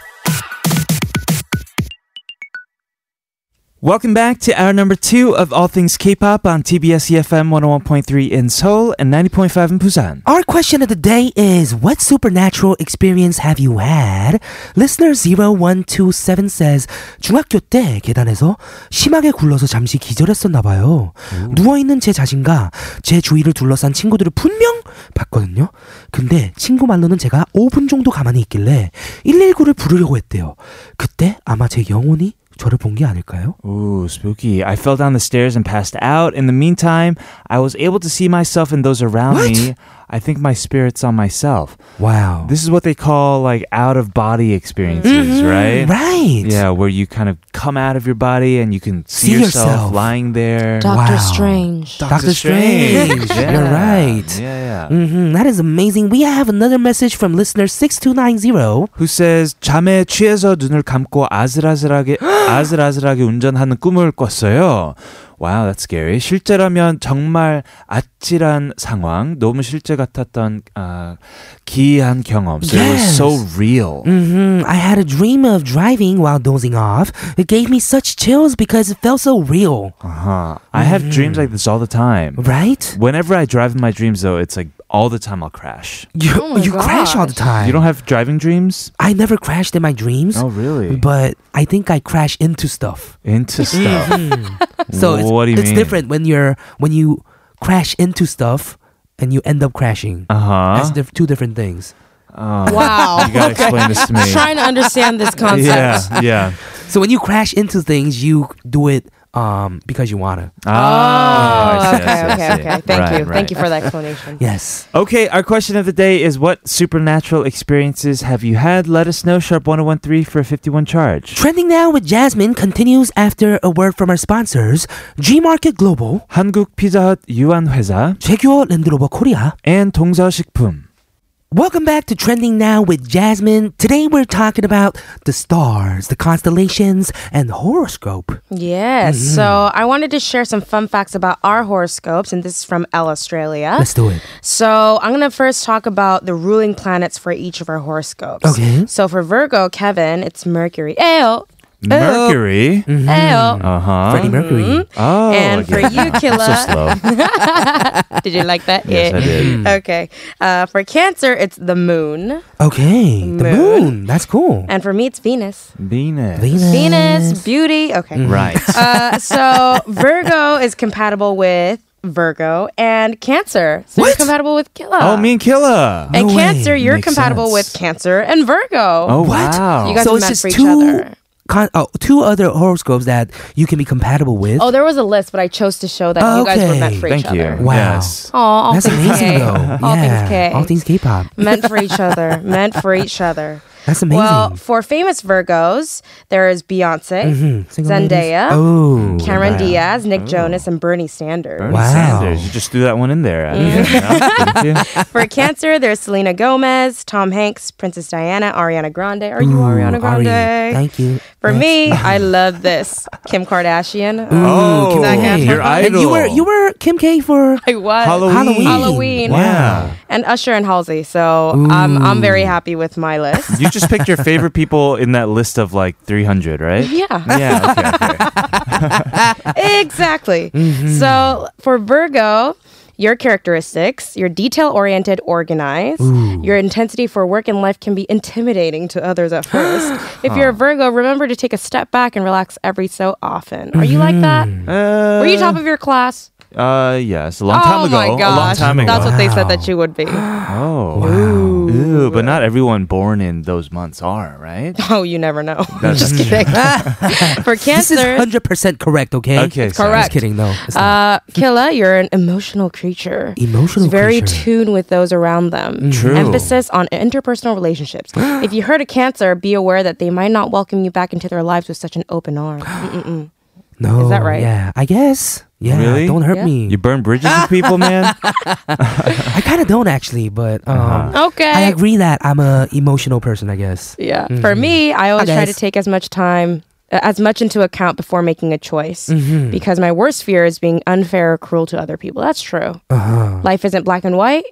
[SPEAKER 2] Welcome back to hour number two of All Things K-pop on TBS EFM 101.3 in Seoul and 90.5 in Busan.
[SPEAKER 1] Our question of the day is What supernatural experience have you had? Listener 0127 says 중학교 때 계단에서 심하게 굴러서 잠시 기절했었나봐요.
[SPEAKER 2] 음.
[SPEAKER 1] 누워있는 제 자신과 제 주위를 둘러싼 친구들을 분명 봤거든요. 근데 친구 말로는 제가 5분 정도 가만히 있길래 119를 부르려고 했대요. 그때 아마 제 영혼이 저를 본 게 아닐까요?
[SPEAKER 2] Ooh, spooky. I fell down the stairs and passed out. In the meantime, I was able to see myself and those around
[SPEAKER 1] What?
[SPEAKER 2] me. I think my spirit's on myself.
[SPEAKER 1] 와우.
[SPEAKER 2] This is what they call like out of body experiences, Mm-hmm. right?
[SPEAKER 1] Mm-hmm. Right.
[SPEAKER 2] Yeah, where you kind of come out of your body and you can see,
[SPEAKER 1] See
[SPEAKER 2] yourself,
[SPEAKER 1] yourself.
[SPEAKER 2] lying there.
[SPEAKER 1] Doctor Wow.
[SPEAKER 5] Doctor Strange.
[SPEAKER 1] Doctor Strange.
[SPEAKER 2] yeah.
[SPEAKER 1] You're right.
[SPEAKER 2] Yeah, yeah.
[SPEAKER 1] Mhm, that is amazing. We have another message from listener 6290.
[SPEAKER 2] Who says 잠에 취해서 눈을 감고 아슬아슬하게 아슬아슬하게 운전하는 꿈을 꿨어요. Wow, that's scary. 실제라면 정말 아찔한 상황, 너무 실제 같았던 아, 기이한 경험. So it was
[SPEAKER 1] Yes.
[SPEAKER 2] so real.
[SPEAKER 1] hmm I had a dream of driving while dozing off. It gave me such chills because it felt so real.
[SPEAKER 2] Uh-huh. I have dreams like this all the time.
[SPEAKER 1] Right?
[SPEAKER 2] Whenever I drive in my dreams, though, it's like all the time I'll crash.
[SPEAKER 1] You,
[SPEAKER 5] Oh my
[SPEAKER 1] you crash all the time.
[SPEAKER 2] You don't have driving dreams?
[SPEAKER 1] I never crashed in my dreams,
[SPEAKER 2] really?
[SPEAKER 1] but I think I crash into stuff. Mm-hmm.
[SPEAKER 2] Into stuff.
[SPEAKER 1] So it's,
[SPEAKER 2] What do you
[SPEAKER 1] it's
[SPEAKER 2] mean?
[SPEAKER 1] different when you're when you crash into stuff and you end up crashing.
[SPEAKER 2] Uh
[SPEAKER 1] That's
[SPEAKER 2] huh.
[SPEAKER 1] diff- two different things.
[SPEAKER 5] Wow.
[SPEAKER 2] Oh, You gotta explain this to me.
[SPEAKER 5] Trying to understand this concept.
[SPEAKER 2] yeah, yeah.
[SPEAKER 1] So when you crash into things, you do it um, because you wanna.
[SPEAKER 2] Ah, I see, I
[SPEAKER 5] Oh, okay,
[SPEAKER 2] see, I
[SPEAKER 5] okay,
[SPEAKER 2] see.
[SPEAKER 5] okay. Thank
[SPEAKER 2] Right,
[SPEAKER 5] you.
[SPEAKER 2] right.
[SPEAKER 5] Thank you for the explanation.
[SPEAKER 1] Yes.
[SPEAKER 2] Okay, our question of the day is what supernatural experiences have you had? Let us know. Sharp 1013 for a 51 charge.
[SPEAKER 1] Trending Now with Jasmine continues after a word from our sponsors, G Market Global,
[SPEAKER 2] 한국 피자헛 유한회사
[SPEAKER 1] 제규어 랜드로버 코리아,
[SPEAKER 2] and 동서식품.
[SPEAKER 1] Welcome back to Trending Now with Jasmine. Today we're talking about the stars, the constellations, and horoscope.
[SPEAKER 5] Yes.
[SPEAKER 2] Mm-hmm.
[SPEAKER 5] So I wanted to share some fun facts about our horoscopes, and this is from Elle Australia.
[SPEAKER 1] Let's do it.
[SPEAKER 5] So I'm gonna first talk about the ruling planets for each of our horoscopes.
[SPEAKER 1] Okay.
[SPEAKER 5] So for Virgo, Kevin, it's Mercury. Ayo.
[SPEAKER 2] Mercury. Uh
[SPEAKER 5] Ayo.
[SPEAKER 2] huh.
[SPEAKER 5] Um,
[SPEAKER 1] Freddie Mercury.
[SPEAKER 2] Oh,
[SPEAKER 5] Mm-hmm. and for
[SPEAKER 2] yeah.
[SPEAKER 5] you,
[SPEAKER 2] so
[SPEAKER 5] Killa,
[SPEAKER 2] slow.
[SPEAKER 5] did you like that?
[SPEAKER 2] Yes, I did.
[SPEAKER 5] Okay. Uh, for Cancer, it's the Moon,
[SPEAKER 1] Okay, the moon.
[SPEAKER 5] Moon.
[SPEAKER 1] That's cool.
[SPEAKER 5] and for me, it's Venus.
[SPEAKER 2] Venus.
[SPEAKER 5] Venus, beauty. Okay.
[SPEAKER 2] Right.
[SPEAKER 5] Uh, so Virgo is compatible with Virgo, and Cancer. So
[SPEAKER 1] What?
[SPEAKER 5] you're compatible with Killa.
[SPEAKER 2] oh, me and Killa.
[SPEAKER 1] No
[SPEAKER 5] And
[SPEAKER 1] way.
[SPEAKER 5] Cancer, you're
[SPEAKER 1] Makes
[SPEAKER 5] compatible
[SPEAKER 1] sense.
[SPEAKER 5] with Cancer and Virgo.
[SPEAKER 2] Oh,
[SPEAKER 1] What?
[SPEAKER 2] wow.
[SPEAKER 5] You guys
[SPEAKER 1] so it's
[SPEAKER 5] are meant
[SPEAKER 1] just
[SPEAKER 5] for each
[SPEAKER 1] two,
[SPEAKER 5] other.
[SPEAKER 1] con- oh, two other horoscopes that you can be compatible with.
[SPEAKER 5] Oh, there was a list, but I chose to show that you guys were meant
[SPEAKER 1] Okay.
[SPEAKER 5] for
[SPEAKER 2] Thank
[SPEAKER 5] each
[SPEAKER 2] you.
[SPEAKER 5] other.
[SPEAKER 1] Wow.
[SPEAKER 2] Yes.
[SPEAKER 5] Aw, all
[SPEAKER 1] That's
[SPEAKER 5] things
[SPEAKER 1] amazing,
[SPEAKER 5] K.
[SPEAKER 1] though.
[SPEAKER 5] All
[SPEAKER 1] yeah.
[SPEAKER 5] things K.
[SPEAKER 1] All things K-pop.
[SPEAKER 5] meant for each other. Meant for each other.
[SPEAKER 1] That's amazing.
[SPEAKER 5] Well, for famous Virgos, there is Beyonce,
[SPEAKER 1] Mhm. Single ladies.
[SPEAKER 5] Zendaya,
[SPEAKER 1] Oh,
[SPEAKER 2] wow.
[SPEAKER 5] Cameron Diaz, Nick Jonas, and Bernie Sanders.
[SPEAKER 2] Bernie
[SPEAKER 1] Wow.
[SPEAKER 2] Sanders. You just threw that one in there. I think, you know, didn't you?
[SPEAKER 5] For Cancer, there's Selena Gomez, Tom Hanks, Princess Diana, Ariana Grande. Are you
[SPEAKER 1] Ooh,
[SPEAKER 5] Ariana Grande?
[SPEAKER 1] Ari, thank you.
[SPEAKER 5] For
[SPEAKER 1] Next.
[SPEAKER 5] me, I love this Kim Kardashian.
[SPEAKER 2] Oh,
[SPEAKER 1] Kim
[SPEAKER 5] Zac
[SPEAKER 1] K.
[SPEAKER 5] Efron.
[SPEAKER 2] your
[SPEAKER 1] And you were
[SPEAKER 2] idol.
[SPEAKER 1] you were Kim K for
[SPEAKER 5] I was
[SPEAKER 2] Halloween.
[SPEAKER 1] Halloween.
[SPEAKER 5] Halloween.
[SPEAKER 1] Wow.
[SPEAKER 5] and Usher and Halsey. So I'm I'm very happy with my list.
[SPEAKER 2] You just picked your favorite people in that list of like 300, right?
[SPEAKER 5] yeah,
[SPEAKER 2] Yeah. Okay, okay.
[SPEAKER 5] exactly.
[SPEAKER 2] Mm-hmm.
[SPEAKER 5] So for Virgo. Your characteristics, you're detail oriented, organized. Your intensity for work and life can be intimidating to others at first. if you're a Virgo, remember to take a step back and relax every so often. Are you like that?
[SPEAKER 2] Uh,
[SPEAKER 5] Were you top of your class?
[SPEAKER 2] Uh, yes, a long time
[SPEAKER 5] oh
[SPEAKER 2] ago.
[SPEAKER 5] my gosh.
[SPEAKER 2] A long time ago.
[SPEAKER 5] That's what they said
[SPEAKER 1] Wow.
[SPEAKER 5] that you would be.
[SPEAKER 2] oh, wow. Ooh, but not everyone born in those months are, right?
[SPEAKER 5] Oh, you never know.
[SPEAKER 2] That's
[SPEAKER 5] Just kidding. for
[SPEAKER 1] This is
[SPEAKER 5] Cancer,
[SPEAKER 1] hundred percent correct. Okay.
[SPEAKER 2] Okay, It's so-
[SPEAKER 1] I'm
[SPEAKER 5] correct.
[SPEAKER 1] just kidding. No. It's not.
[SPEAKER 5] Uh, Killa, you're an emotional creature.
[SPEAKER 1] Emotional
[SPEAKER 5] It's very
[SPEAKER 1] creature.
[SPEAKER 5] tuned with those around them.
[SPEAKER 2] True.
[SPEAKER 5] Emphasis on interpersonal relationships. if you hurt a cancer, be aware that they might not welcome you back into their lives with such an open arm. Mm-mm-mm.
[SPEAKER 1] no.
[SPEAKER 5] is that right?
[SPEAKER 1] Yeah. I guess. Yeah.
[SPEAKER 2] Really?
[SPEAKER 1] Don't hurt
[SPEAKER 5] Yeah.
[SPEAKER 1] me.
[SPEAKER 2] You burn bridges with people, man.
[SPEAKER 1] I kind of don't actually, but um,
[SPEAKER 2] Uh-huh.
[SPEAKER 5] Okay.
[SPEAKER 1] I agree that I'm a emotional person. I guess.
[SPEAKER 5] Yeah. For me, I always
[SPEAKER 1] I
[SPEAKER 5] try
[SPEAKER 1] guess.
[SPEAKER 5] to take as much time, uh, as much into account before making a choice,
[SPEAKER 1] Mm-hmm.
[SPEAKER 5] because my worst fear is being unfair or cruel to other people. That's true.
[SPEAKER 1] Uh-huh.
[SPEAKER 5] Life isn't black and white.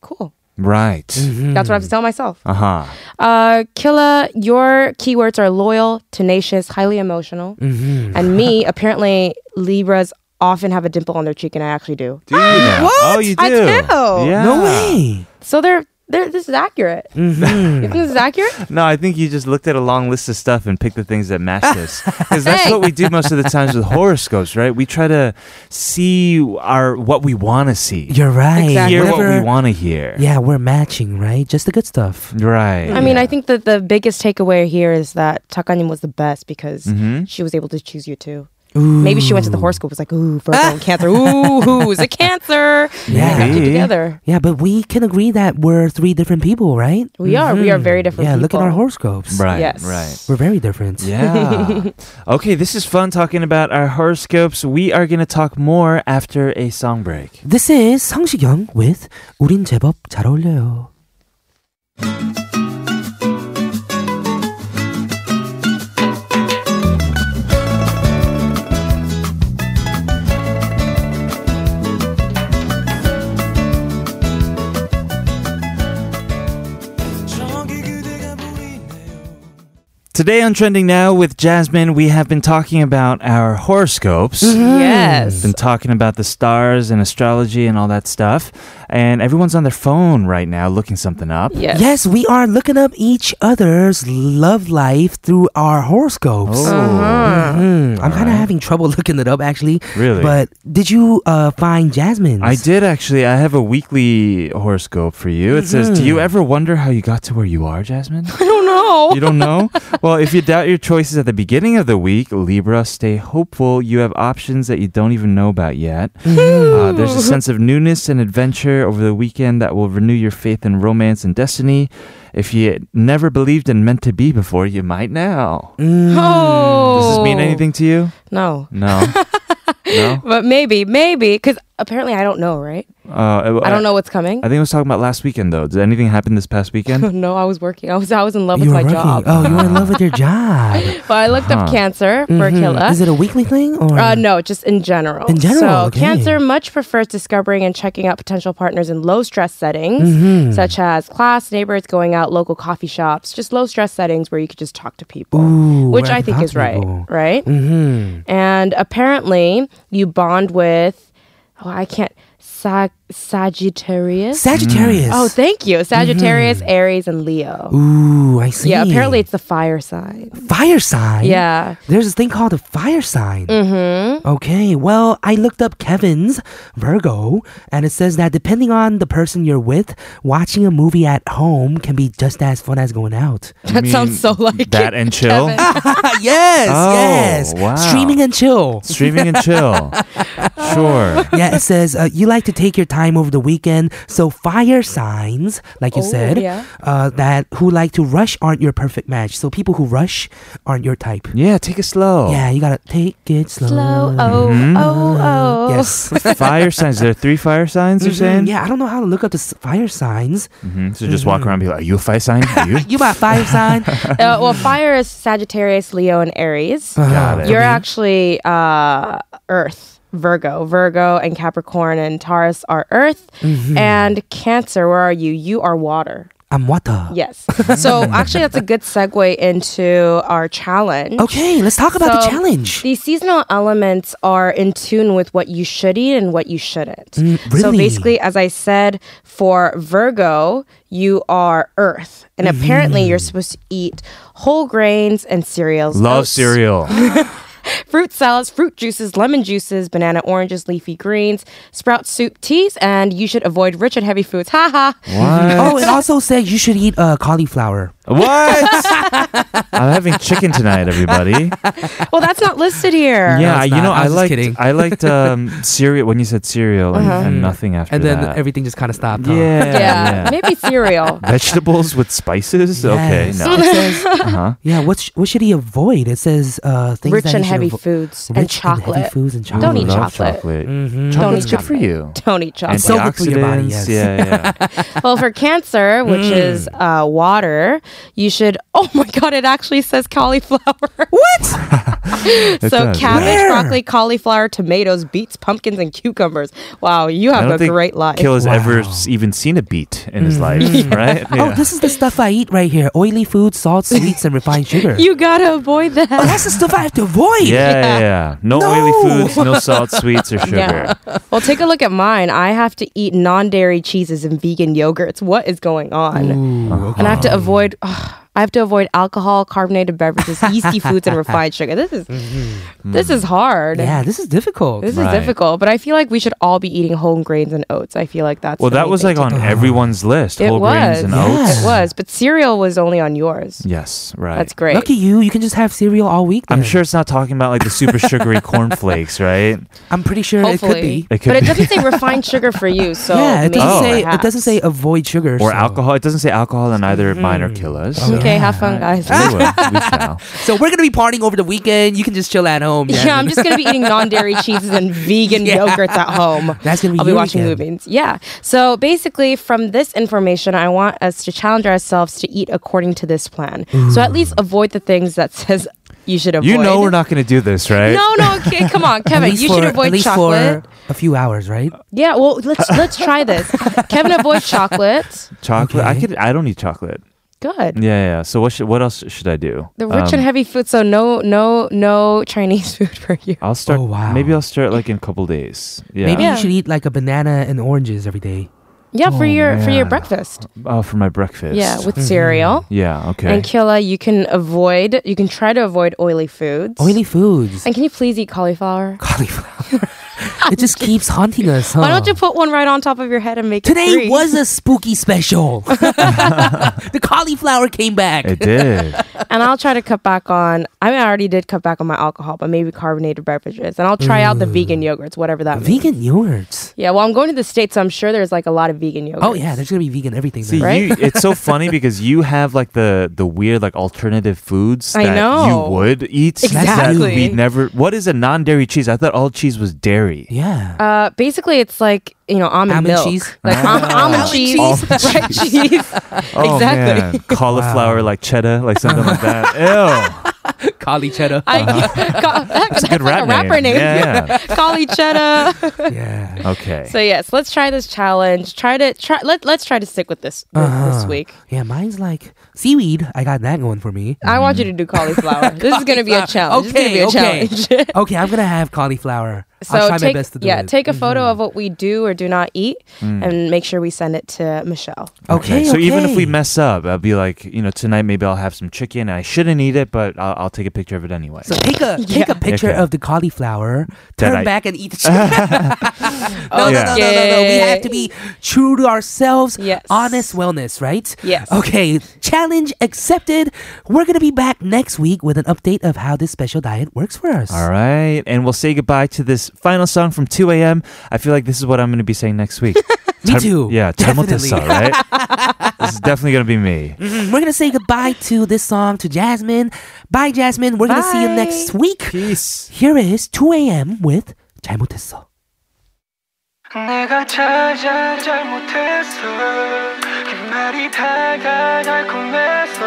[SPEAKER 5] Cool.
[SPEAKER 2] right.
[SPEAKER 5] That's what I
[SPEAKER 1] Mm-hmm.
[SPEAKER 5] have to tell myself.
[SPEAKER 2] Uh huh.
[SPEAKER 5] Uh, Killa, your keywords are loyal, tenacious, highly emotional.
[SPEAKER 2] Mm-hmm.
[SPEAKER 5] And me, apparently, Libras often have a dimple on their cheek, and I actually do.
[SPEAKER 2] Do you now?
[SPEAKER 5] what?
[SPEAKER 2] Oh, you do.
[SPEAKER 5] I do.
[SPEAKER 2] Yeah.
[SPEAKER 1] No way.
[SPEAKER 5] So they're, they're this is accurate.
[SPEAKER 2] Mm-hmm.
[SPEAKER 5] You think this is accurate?
[SPEAKER 2] No, I think you just looked at a long list of stuff and picked the things that match this. Because that's
[SPEAKER 5] Hey.
[SPEAKER 2] what we do most of the times with horoscopes, right? We try to see our what we want to see,
[SPEAKER 1] You're right.
[SPEAKER 5] Exactly.
[SPEAKER 2] hear what
[SPEAKER 1] Whatever-
[SPEAKER 2] we want to hear.
[SPEAKER 1] Yeah, we're matching, right? Just the good stuff.
[SPEAKER 2] Right.
[SPEAKER 5] I mean, I think that the biggest takeaway here is that Takanim was the best because
[SPEAKER 2] Mm-hmm.
[SPEAKER 5] she was able to choose you too. Maybe she went to the horoscope was like, ooh, Virgo and Cancer. Ooh, who's a Cancer?
[SPEAKER 1] Yeah.
[SPEAKER 5] They got you together.
[SPEAKER 1] Yeah, but we can agree that we're three different people, right? Mm-hmm.
[SPEAKER 5] We are. We are very different
[SPEAKER 1] Yeah, look at
[SPEAKER 5] people.
[SPEAKER 1] our horoscopes.
[SPEAKER 2] Right.
[SPEAKER 5] Yes.
[SPEAKER 2] Right.
[SPEAKER 1] We're very different.
[SPEAKER 2] Yeah. okay, this is fun talking about our horoscopes. We are going to talk more after a song break.
[SPEAKER 1] This is 성시경 with 우린 제법 잘 어울려요.
[SPEAKER 4] 저기 그대가 보이네요
[SPEAKER 2] Today on Trending Now with Jasmine, we have been talking about our horoscopes.
[SPEAKER 5] Mm-hmm. Yes.
[SPEAKER 2] Been talking about the stars and astrology and all that stuff. And everyone's on their phone right now looking something up.
[SPEAKER 5] Yes.
[SPEAKER 1] Yes, we are looking up each other's love life through our horoscopes.
[SPEAKER 2] Oh.
[SPEAKER 5] Uh-huh.
[SPEAKER 1] Mhm. I'm kind of having trouble looking it up actually.
[SPEAKER 2] Really?
[SPEAKER 1] But did you uh, find Jasmine's?
[SPEAKER 2] I did actually. I have a weekly horoscope for you. It says,
[SPEAKER 5] Mm-hmm.
[SPEAKER 2] Do you ever wonder how you got to where you are, Jasmine?
[SPEAKER 5] I don't know.
[SPEAKER 2] You don't know? well, if you doubt your choices at the beginning of the week, Libra, stay hopeful. You have options that you don't even know about yet.
[SPEAKER 5] Mm-hmm.
[SPEAKER 2] Uh, there's a sense of newness and adventure over the weekend that will renew your faith in romance and destiny. If you never believed in meant to be before, you might now.
[SPEAKER 5] Oh.
[SPEAKER 2] Does this mean anything to you?
[SPEAKER 5] No.
[SPEAKER 2] No. no?
[SPEAKER 5] But maybe, maybe, because apparently I don't know, right?
[SPEAKER 2] Uh,
[SPEAKER 5] I don't know what's coming.
[SPEAKER 2] I think I was talking about last weekend though. Did anything happen this past weekend?
[SPEAKER 5] no, I was working. I was I was in love
[SPEAKER 1] you were
[SPEAKER 5] with my
[SPEAKER 1] working.
[SPEAKER 5] job.
[SPEAKER 1] Oh, you were in love with your job.
[SPEAKER 5] But I looked up
[SPEAKER 2] Huh.
[SPEAKER 5] cancer for
[SPEAKER 1] Mhm.
[SPEAKER 5] Killa.
[SPEAKER 1] Is it a weekly thing or?
[SPEAKER 5] Uh, no, just in general.
[SPEAKER 1] In general,
[SPEAKER 5] So,
[SPEAKER 1] okay.
[SPEAKER 5] cancer much prefers discovering and checking out potential partners in low stress settings,
[SPEAKER 1] Mm-hmm.
[SPEAKER 5] such as class, neighbors, going out, local coffee shops, just low stress settings where you could just talk to people,
[SPEAKER 1] Ooh, where
[SPEAKER 5] which
[SPEAKER 1] I
[SPEAKER 5] I
[SPEAKER 1] can
[SPEAKER 5] think
[SPEAKER 1] talk
[SPEAKER 5] is
[SPEAKER 1] to
[SPEAKER 5] right, Mm.
[SPEAKER 1] people.
[SPEAKER 5] right?
[SPEAKER 1] Mm-hmm.
[SPEAKER 5] And apparently, you bond with, oh, I can't, Sag- Sagittarius?
[SPEAKER 1] Sagittarius.
[SPEAKER 5] oh, thank you. Sagittarius, Aries, and Leo.
[SPEAKER 1] Mm-hmm. Ooh, I see.
[SPEAKER 5] Yeah, apparently it's the fire sign.
[SPEAKER 1] fire sign.
[SPEAKER 5] Yeah.
[SPEAKER 1] There's this thing called a fire sign. Mm-hmm. Okay, well, I looked up Kevin's Virgo, and it says that depending on the person you're with, watching a movie at home can be just as fun as going out.
[SPEAKER 5] That sounds so like
[SPEAKER 2] that and chill.
[SPEAKER 5] Kevin.
[SPEAKER 1] yes,
[SPEAKER 2] Oh,
[SPEAKER 1] yes.
[SPEAKER 2] wow.
[SPEAKER 1] Streaming and chill.
[SPEAKER 2] Streaming and chill. Sure.
[SPEAKER 1] yeah, it says uh, you like to take your time over the weekend. So fire signs, like you
[SPEAKER 5] Oh,
[SPEAKER 1] said,
[SPEAKER 5] yeah.
[SPEAKER 1] uh, that who like to rush aren't your perfect match. So people who rush aren't your type.
[SPEAKER 2] Yeah, take it slow.
[SPEAKER 1] Yeah, you gotta take it slow. Mm-hmm.
[SPEAKER 5] Slow, oh, oh, oh.
[SPEAKER 1] Yes.
[SPEAKER 2] Fire signs. There are three fire signs. You're saying?
[SPEAKER 1] Mm-hmm. Yeah, I don't know how to look up the s- fire signs.
[SPEAKER 2] hmm So just walk around and be like, "Are you a fire sign? Are you?"
[SPEAKER 1] You my fire sign?
[SPEAKER 5] uh, well, fire is Sagittarius, Leo, and Aries.
[SPEAKER 2] Got it.
[SPEAKER 5] You're actually uh, Earth, Virgo. Virgo and Capricorn and Taurus are Earth.
[SPEAKER 1] Mm-hmm.
[SPEAKER 5] And Cancer, where are you? You are water.
[SPEAKER 1] I'm water.
[SPEAKER 5] Yes. so actually, that's a good segue into our challenge.
[SPEAKER 1] Okay, let's talk about the
[SPEAKER 5] So,
[SPEAKER 1] challenge.
[SPEAKER 5] The seasonal elements are in tune with what you should eat and what you shouldn't. So
[SPEAKER 1] really?
[SPEAKER 5] basically, as I said, for Virgo, you are earth. And apparently, you're supposed to eat whole grains and cereals.
[SPEAKER 2] Love
[SPEAKER 5] oats,
[SPEAKER 2] cereal.
[SPEAKER 5] Fruit salads, fruit juices, lemon juices, banana oranges, leafy greens, sprout soup, teas, and you should avoid rich and heavy foods. Ha ha.
[SPEAKER 2] What?
[SPEAKER 1] oh, it also says you should eat uh, cauliflower.
[SPEAKER 2] What? I'm having chicken tonight, everybody.
[SPEAKER 5] Well, that's not listed here.
[SPEAKER 2] Yeah,
[SPEAKER 1] it's
[SPEAKER 2] you
[SPEAKER 1] not.
[SPEAKER 2] know,
[SPEAKER 1] I
[SPEAKER 2] I,
[SPEAKER 1] was just
[SPEAKER 2] liked
[SPEAKER 1] kidding. Uh-huh.
[SPEAKER 2] I liked um, cereal when you said cereal and, and nothing after
[SPEAKER 1] And then Oh.
[SPEAKER 2] that.
[SPEAKER 1] everything just kind of stopped. huh?
[SPEAKER 2] Mm. yeah, yeah.
[SPEAKER 5] Yeah, maybe cereal.
[SPEAKER 2] Vegetables with spices? Okay,
[SPEAKER 1] Yes.
[SPEAKER 2] no. Uh-huh.
[SPEAKER 1] It says, Yeah, what, sh- what should he avoid? It says uh, things
[SPEAKER 5] Rich
[SPEAKER 1] that
[SPEAKER 5] and
[SPEAKER 1] he should
[SPEAKER 5] heavy
[SPEAKER 1] avo-
[SPEAKER 5] foods and
[SPEAKER 1] Rich and heavy
[SPEAKER 5] chocolate.
[SPEAKER 1] foods and chocolate.
[SPEAKER 5] Don't eat
[SPEAKER 2] Love
[SPEAKER 5] chocolate.
[SPEAKER 1] Mm-hmm.
[SPEAKER 2] Chocolate's
[SPEAKER 5] Don't eat
[SPEAKER 2] good for
[SPEAKER 5] chocolate.
[SPEAKER 2] you.
[SPEAKER 5] Don't eat chocolate.
[SPEAKER 1] so good for your body, yes.
[SPEAKER 2] Antioxidants, Yeah, yeah.
[SPEAKER 5] well, for Cancer, which
[SPEAKER 2] Mm.
[SPEAKER 5] is uh, water, you should. Oh my God! It actually says cauliflower. What?
[SPEAKER 2] It
[SPEAKER 5] so
[SPEAKER 2] does,
[SPEAKER 5] cabbage,
[SPEAKER 1] yeah.
[SPEAKER 5] broccoli, cauliflower, tomatoes, beets, pumpkins, and cucumbers. Wow, you
[SPEAKER 2] I
[SPEAKER 5] have
[SPEAKER 2] don't
[SPEAKER 5] a
[SPEAKER 2] think
[SPEAKER 5] great life.
[SPEAKER 2] Kill has ever
[SPEAKER 1] Wow.
[SPEAKER 2] s- even seen a beet in
[SPEAKER 5] Mm-hmm.
[SPEAKER 2] his life, right?
[SPEAKER 1] Oh, this is the stuff I eat right here: oily food, salt, sweets, and refined sugar.
[SPEAKER 5] you gotta avoid
[SPEAKER 1] oh,
[SPEAKER 5] that.
[SPEAKER 1] that's the stuff I have to avoid.
[SPEAKER 2] yeah, yeah, yeah. No,
[SPEAKER 1] No.
[SPEAKER 2] oily foods, no salt, sweets, or sugar.
[SPEAKER 5] Well, take a look at mine. I have to eat non-dairy cheeses and vegan yogurts. What is going on? And I have to avoid. ugh, I have to avoid alcohol, carbonated beverages, yeasty foods, and refined sugar. This is this is hard.
[SPEAKER 1] Yeah, this is difficult.
[SPEAKER 5] This
[SPEAKER 2] Right.
[SPEAKER 5] is difficult, but I feel like we should all be eating whole grains and oats. I feel like that's
[SPEAKER 2] Well,
[SPEAKER 5] the
[SPEAKER 2] that
[SPEAKER 5] main
[SPEAKER 2] was
[SPEAKER 5] thing
[SPEAKER 2] like
[SPEAKER 5] to
[SPEAKER 2] on
[SPEAKER 5] do.
[SPEAKER 2] everyone's list.
[SPEAKER 5] it
[SPEAKER 2] whole
[SPEAKER 5] was
[SPEAKER 2] grains and
[SPEAKER 1] Yes.
[SPEAKER 2] oats.
[SPEAKER 5] It was, but cereal was only on yours.
[SPEAKER 2] Yes, right.
[SPEAKER 5] That's great.
[SPEAKER 1] Lucky you, you can just have cereal all week.
[SPEAKER 2] I'm
[SPEAKER 1] then.
[SPEAKER 2] sure it's not talking about like the super sugary cornflakes, right?
[SPEAKER 1] I'm pretty sure it could
[SPEAKER 5] Hopefully,
[SPEAKER 1] be.
[SPEAKER 2] It could
[SPEAKER 5] but
[SPEAKER 2] be.
[SPEAKER 5] it doesn't say refined sugar for you. So
[SPEAKER 1] yeah, it
[SPEAKER 5] maybe
[SPEAKER 1] doesn't
[SPEAKER 2] Oh.
[SPEAKER 1] say it
[SPEAKER 5] perhaps.
[SPEAKER 1] doesn't say avoid sugar
[SPEAKER 2] Or
[SPEAKER 1] so.
[SPEAKER 2] alcohol. It doesn't say alcohol in either of mine or Killa's. so-
[SPEAKER 5] Mm-hmm. Okay, have fun, guys.
[SPEAKER 2] We will. We shall.
[SPEAKER 1] So we're gonna be partying over the weekend. You can just chill at home.
[SPEAKER 5] Yeah, I'm just gonna be eating non-dairy cheeses and vegan yogurts at home.
[SPEAKER 1] That's gonna be
[SPEAKER 5] I'll be
[SPEAKER 1] your
[SPEAKER 5] watching
[SPEAKER 1] weekend.
[SPEAKER 5] movies. Yeah. So basically, from this information, I want us to challenge ourselves to eat according to this plan. So at least avoid the things that says you should avoid.
[SPEAKER 2] You know we're not going to do this, right?
[SPEAKER 5] No, no, okay, come on,
[SPEAKER 1] At
[SPEAKER 5] Kevin.
[SPEAKER 1] least
[SPEAKER 5] You
[SPEAKER 1] for-
[SPEAKER 5] should avoid
[SPEAKER 1] at least
[SPEAKER 5] chocolate.
[SPEAKER 1] for a few hours, right?
[SPEAKER 5] Yeah, well, let's let's try this. Kevin, avoid chocolate.
[SPEAKER 2] Chocolate. I
[SPEAKER 1] Okay.
[SPEAKER 2] could. I don't eat chocolate.
[SPEAKER 5] Good.
[SPEAKER 2] Yeah, yeah. So what? Should, what else should I do?
[SPEAKER 5] The rich
[SPEAKER 2] Um,
[SPEAKER 5] and heavy food, so no, no, no Chinese food for you.
[SPEAKER 2] I'll start.
[SPEAKER 1] Oh, wow.
[SPEAKER 2] Maybe I'll start like in a couple days. Yeah.
[SPEAKER 1] Maybe
[SPEAKER 5] Yeah.
[SPEAKER 1] you should eat like a banana and oranges every day.
[SPEAKER 5] Yeah, for
[SPEAKER 1] Oh, Hmm.
[SPEAKER 5] your for your
[SPEAKER 2] man.
[SPEAKER 5] breakfast.
[SPEAKER 2] Oh, for my breakfast.
[SPEAKER 5] Yeah, with cereal.
[SPEAKER 2] yeah. Okay.
[SPEAKER 5] And Killa, you can avoid, you can try to avoid oily foods.
[SPEAKER 1] Oily foods.
[SPEAKER 5] And can you please eat cauliflower?
[SPEAKER 1] Cauliflower. it just keeps haunting us. Huh?
[SPEAKER 5] Why don't you put one right on top of your head and make it
[SPEAKER 1] Today
[SPEAKER 5] three?
[SPEAKER 1] was a spooky special. the cauliflower came back.
[SPEAKER 2] It did.
[SPEAKER 5] and I'll try to cut back on. I mean, I already did cut back on my alcohol, but maybe carbonated beverages. And I'll try out the vegan yogurts, whatever that means.
[SPEAKER 1] Vegan yogurts.
[SPEAKER 5] Yeah, well, I'm going to the States, so I'm sure there's like a lot of vegan yogurt.
[SPEAKER 1] Oh yeah, there's gonna be vegan everything.
[SPEAKER 2] See,
[SPEAKER 1] there.
[SPEAKER 5] Right?
[SPEAKER 2] you, it's so funny because you have like the the weird like alternative foods
[SPEAKER 5] I
[SPEAKER 2] that
[SPEAKER 5] know.
[SPEAKER 2] you would eat.
[SPEAKER 1] Exactly.
[SPEAKER 2] That we never. What is a non-dairy cheese? I thought all cheese was dairy.
[SPEAKER 1] Yeah.
[SPEAKER 5] Uh, basically, it's like you know almond,
[SPEAKER 1] Almond
[SPEAKER 5] milk.
[SPEAKER 1] cheese?
[SPEAKER 5] like al-
[SPEAKER 2] Ah.
[SPEAKER 5] almond
[SPEAKER 2] Almond
[SPEAKER 5] cheese,
[SPEAKER 2] cheese.
[SPEAKER 5] red cheese.
[SPEAKER 2] Oh,
[SPEAKER 5] exactly.
[SPEAKER 2] man. Cauliflower like cheddar, like something like that. Ew.
[SPEAKER 1] Kali cheddar.
[SPEAKER 5] I,
[SPEAKER 1] Uh-huh.
[SPEAKER 5] Ca- that- that's
[SPEAKER 2] good
[SPEAKER 5] like
[SPEAKER 2] rap
[SPEAKER 5] a rapper
[SPEAKER 2] name.
[SPEAKER 5] name.
[SPEAKER 2] Yeah, yeah.
[SPEAKER 5] Kali cheddar.
[SPEAKER 1] yeah.
[SPEAKER 2] Okay.
[SPEAKER 5] so yes, let's try this challenge. Try to try. Let Let's try to stick with this this, this
[SPEAKER 1] Uh-huh.
[SPEAKER 5] week.
[SPEAKER 1] Yeah, mine's like seaweed. I got that going for me.
[SPEAKER 5] I want you to do cauliflower. this is gonna be a challenge.
[SPEAKER 1] Okay,
[SPEAKER 5] this is gonna be a
[SPEAKER 1] okay.
[SPEAKER 5] challenge.
[SPEAKER 1] Okay, I'm gonna have cauliflower.
[SPEAKER 5] So
[SPEAKER 1] I'll try
[SPEAKER 5] take
[SPEAKER 1] my best to do
[SPEAKER 5] yeah,
[SPEAKER 1] it. Mm-hmm. Mm.
[SPEAKER 5] take a photo of what we do or do not eat, and make sure we send it to Michelle.
[SPEAKER 1] Okay,
[SPEAKER 2] So even if we
[SPEAKER 1] okay.
[SPEAKER 2] mess up, I'll be like, you know, tonight maybe I'll have some chicken. and I shouldn't eat it, but I'll, I'll take a picture of it anyway.
[SPEAKER 1] So take a take a picture
[SPEAKER 2] Okay.
[SPEAKER 1] of the cauliflower, turn
[SPEAKER 2] That I- Oh,
[SPEAKER 1] back and eat the chicken. no, no, no, no, no, no. We
[SPEAKER 5] Okay.
[SPEAKER 1] have to be true to ourselves.
[SPEAKER 5] Yes.
[SPEAKER 1] Honest wellness, right?
[SPEAKER 5] Yes.
[SPEAKER 1] Okay. Challenge accepted. We're gonna be back next week with an update of how this special diet works for us.
[SPEAKER 2] All right. And we'll say goodbye to this final song from 2 a.m. I feel like this is what I'm going to be saying next week.
[SPEAKER 1] Me
[SPEAKER 2] 잘-
[SPEAKER 1] too.
[SPEAKER 2] Yeah,
[SPEAKER 1] Definitely.
[SPEAKER 2] 잘못했어, right? this is definitely going to be me.
[SPEAKER 1] Mm, We're gonna say goodbye to this song to Jasmine. Bye, Jasmine. We're gonna see you
[SPEAKER 5] Bye.
[SPEAKER 1] next week.
[SPEAKER 2] Peace.
[SPEAKER 1] Here is 2 a.m. with 잘못했어.
[SPEAKER 4] 내가 잘잘 잘못했어 그 말이 다가 달콤했어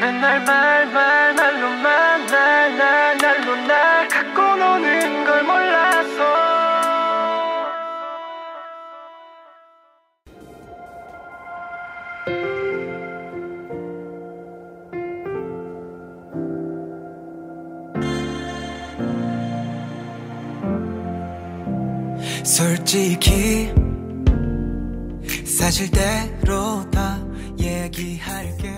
[SPEAKER 4] 맨날 말 말 말로만 날날 날로 날 갖고 노는 걸 몰랐어 솔직히 사실대로 다 얘기할게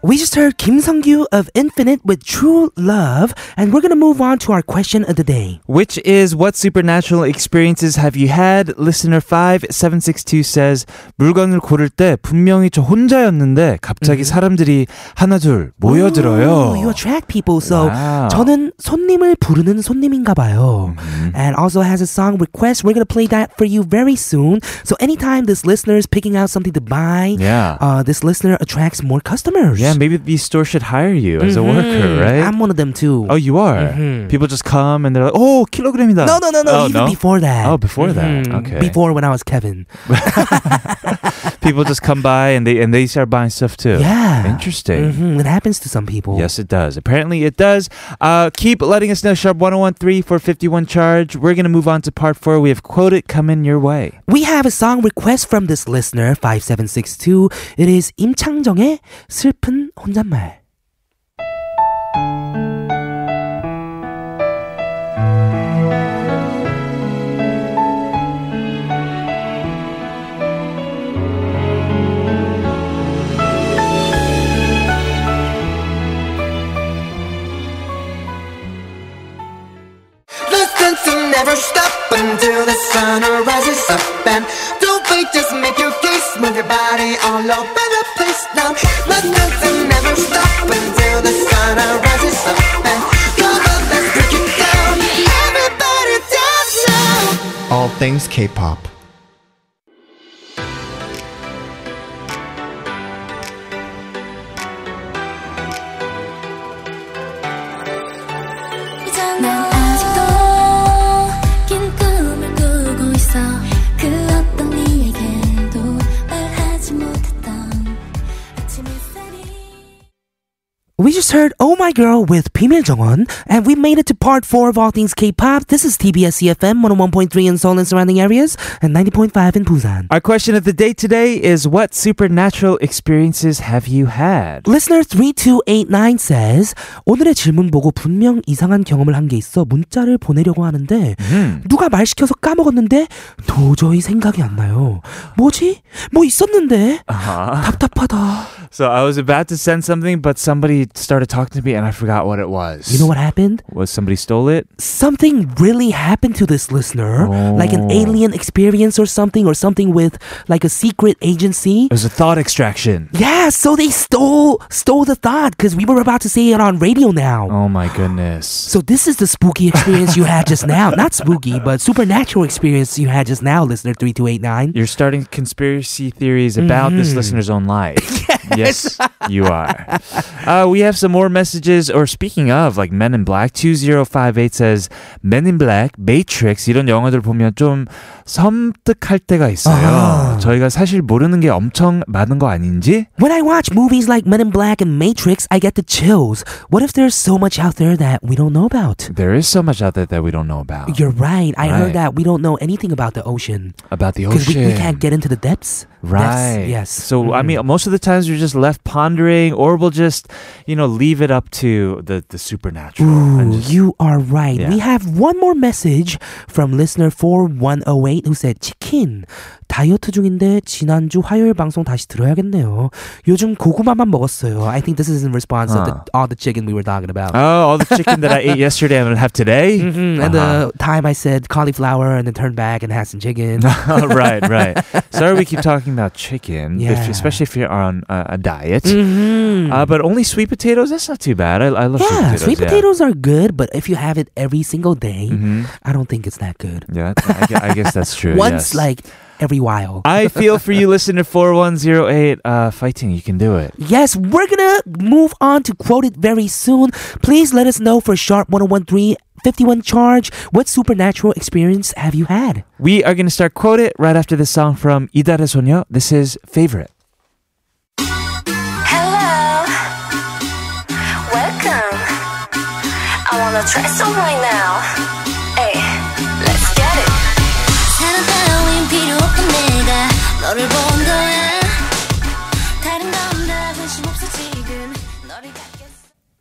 [SPEAKER 1] We just heard Kim Sung Gyu of Infinite with True Love, and we're gonna move on to our question of the day.
[SPEAKER 2] Which is what supernatural experiences have you had? Listener 5762 says 물건을 고를 때 분명히 저 혼자였는데 갑자기 사람들이 하나둘 모여들어요.
[SPEAKER 1] Ooh, you attract people. So
[SPEAKER 2] Oh, Wow.
[SPEAKER 1] 저는 손님을 부르는 손님인가 봐요.
[SPEAKER 2] Mm-hmm.
[SPEAKER 1] And also has a song request. We're gonna play that for you very soon. So anytime this listener is picking out something to buy,
[SPEAKER 2] Yeah.
[SPEAKER 1] uh, this listener attracts more customers. Mm,
[SPEAKER 2] yeah, maybe these stores should hire you as a worker, right?
[SPEAKER 1] Mm-hmm. I'm one of them too.
[SPEAKER 2] Oh, you are. People just come and they're like, "Oh, kilogram이다."
[SPEAKER 1] no, no, no, no.
[SPEAKER 2] Oh,
[SPEAKER 1] Even before that.
[SPEAKER 2] Oh, before that.
[SPEAKER 1] Mhm.
[SPEAKER 2] Okay.
[SPEAKER 1] Before when I was Kevin.
[SPEAKER 2] people just come by and they and they start buying stuff too.
[SPEAKER 1] Yeah.
[SPEAKER 2] Interesting.
[SPEAKER 1] Mhm, It happens to some people.
[SPEAKER 2] Yes, it does. Apparently, it does. Uh, keep letting us know. Sharp 1013 for 51 charge. We're going to move on to part four. We have Quote It coming your way.
[SPEAKER 1] We have a song request from this listener 5762. It is 임창정의 슬픈 혼잣말.
[SPEAKER 7] Listen to never stop until the sun rises up and don't wait, just make your case, move your body all over the place now. Listen to never stop until the sun rises up and come on, let's break it down. Everybody dance now. All things K-pop.
[SPEAKER 3] 난 아직도 긴 꿈을 꾸고 있어 그 어떤 이에게도 말하지 못했던 아침 햇살이
[SPEAKER 1] We just heard Oh My Girl with Pimil Jongwon, and we made it to part 4 of All Things K-Pop. This is TBS CFM 101.3 in Seoul and surrounding areas, and 90.5 in Busan.
[SPEAKER 2] Our question of the day today is What supernatural experiences have you had?
[SPEAKER 1] Listener 3289 says 오늘의 질문 보고 분명 이상한 경험을 한 게 있어 문자를 보내려고 하는데 누가 말 시켜서 까먹었는데 도저히 생각이 안 나요. 뭐지? 뭐 있었는데? 답답하다.
[SPEAKER 2] So I was about to send something, but somebody started talking to me, and I forgot what it was.
[SPEAKER 1] You know what happened?
[SPEAKER 2] Was somebody stole it?
[SPEAKER 1] Something really happened to this listener, like an
[SPEAKER 2] Oh.
[SPEAKER 1] alien experience or something, or something with like a secret agency.
[SPEAKER 2] It was a thought extraction.
[SPEAKER 1] Yeah, so they stole stole the thought because we were about to say it on radio now.
[SPEAKER 2] Oh my goodness.
[SPEAKER 1] So this is the spooky experience you had just now. Not spooky, but supernatural experience you had just now, listener 3289.
[SPEAKER 2] You're starting conspiracy theories about
[SPEAKER 1] Mm-hmm.
[SPEAKER 2] this listener's own life. yes, you are. Uh, we have some more messages, or speaking of, like Men in Black, 2058 says, Men in Black, Matrix, 이런 영화들 보면 좀 섬뜩할 때가 있어요. 저희가 사실 모르는 게 엄청 많은 거 아닌지?
[SPEAKER 1] When I watch movies like Men in Black and Matrix, I get the chills. What if there's so much out there that we don't know about?
[SPEAKER 2] There is so much out there that we don't know about.
[SPEAKER 1] You're right. I
[SPEAKER 2] Oh. Right.
[SPEAKER 1] heard that we don't know anything about the ocean
[SPEAKER 2] about the
[SPEAKER 1] because
[SPEAKER 2] ocean.
[SPEAKER 1] we, we can't get into the depths. Depths,
[SPEAKER 2] Right.
[SPEAKER 1] yes.
[SPEAKER 2] So I
[SPEAKER 1] Mhm.
[SPEAKER 2] mean, most of the times you're just left pondering, or we'll just, you know, leave it up to the the supernatural. and
[SPEAKER 1] Ooh,
[SPEAKER 2] just-
[SPEAKER 1] you are right.
[SPEAKER 2] Yeah.
[SPEAKER 1] We have one more message from listener 4108 who said 치킨 다이어트 중인데 지난주 화요일 방송 다시 들어야겠네요. 요즘 고구마만 먹었어요. I think this is in response of the, all the chicken we were talking about.
[SPEAKER 2] oh, all the chicken that I ate yesterday, I'm gonna have today.
[SPEAKER 1] Mhm, And the time I said cauliflower and then turned back and had some chicken.
[SPEAKER 2] Uh-huh. right, right. Sorry, we keep talking about chicken, if-
[SPEAKER 1] Yeah.
[SPEAKER 2] especially if you're on uh, a diet.
[SPEAKER 1] Mhm.
[SPEAKER 2] Uh, but only sweet potatoes. That's not too bad. I, I love
[SPEAKER 1] yeah,
[SPEAKER 2] sweet potatoes.
[SPEAKER 1] sweet potatoes are good, but if you have it every single day,
[SPEAKER 2] hmm
[SPEAKER 1] I don't think it's that good.
[SPEAKER 2] Yeah, I, gue- I guess that's true.
[SPEAKER 1] Once,
[SPEAKER 2] yes.
[SPEAKER 1] like every while.
[SPEAKER 2] I feel for you, listener four one zero eight. Uh, fighting, you can do it.
[SPEAKER 1] Yes, we're gonna move on to quote it very soon. Please let us know for Sharp 1013 51 Charge what supernatural experience have you had?
[SPEAKER 2] We are going to start quote it right after this song from Idare Sonyo. This is favorite.
[SPEAKER 8] Hello. Welcome. I wanna try some right now. Hey, let's get it.
[SPEAKER 3] 사람 따윈 필요 없던 내가 너를 본 거야 다른 건다 관심 없어 지금 너를 갖겠어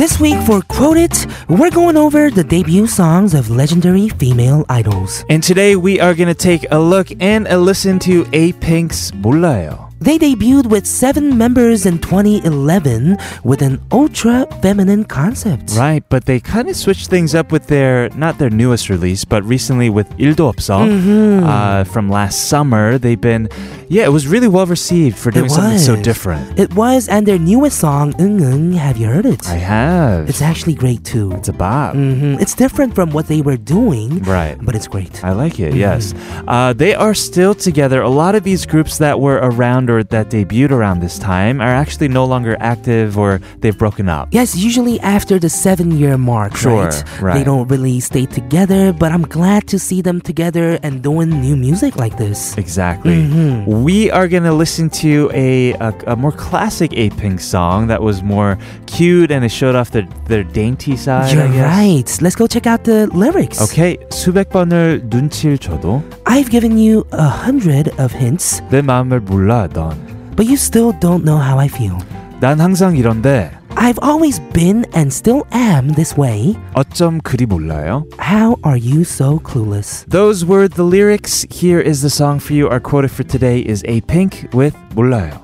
[SPEAKER 1] This week for Quote It, we're going over the debut songs of legendary female idols.
[SPEAKER 2] And today we are going to take a look and a listen to A Pink's 몰라요.
[SPEAKER 1] They debuted with seven members in 2011 with an ultra feminine concept.
[SPEAKER 2] Right, but they kind of switched things up with their not their newest release, but recently with 일도 없어
[SPEAKER 1] Mm-hmm.
[SPEAKER 2] uh, from last summer. They've been yeah, it was really well received for doing something so
[SPEAKER 1] was.
[SPEAKER 2] different.
[SPEAKER 1] It was, and their newest song, Ung Ung, have you heard it?
[SPEAKER 2] I have.
[SPEAKER 1] It's actually great too.
[SPEAKER 2] it's a bop.
[SPEAKER 1] hmm It's different from what they were doing,
[SPEAKER 2] Right.
[SPEAKER 1] but Mm. it's great.
[SPEAKER 2] I like it, yes. Uh, they are still together. A lot of these groups that were around or that debuted around this time are actually no longer active or they've broken up.
[SPEAKER 1] Yes, usually after the seven year mark,
[SPEAKER 2] Sure,
[SPEAKER 1] right? They
[SPEAKER 2] right.
[SPEAKER 1] don't really stay together, but I'm glad to see them together and doing new music like this.
[SPEAKER 2] Exactly.
[SPEAKER 1] Mhm.
[SPEAKER 2] We are going to listen to a, a, a more classic A Pink song that was more cute and it showed off their, their dainty side,
[SPEAKER 1] You're
[SPEAKER 2] I guess.
[SPEAKER 1] right. Let's go check out the lyrics.
[SPEAKER 2] Okay, 수백 번을 눈치를 줘도
[SPEAKER 1] I've given you a hundred of hints,
[SPEAKER 2] 내 마음을 몰라 넌.
[SPEAKER 1] but you still don't know how I feel.
[SPEAKER 2] 난 항상 이런데
[SPEAKER 1] I've always been and still am this way.
[SPEAKER 2] 어쩜 그리 몰라요?
[SPEAKER 1] How are you so clueless?
[SPEAKER 2] Those were the lyrics. Here is the song for you. Our quota for today is A Pink with 몰라요.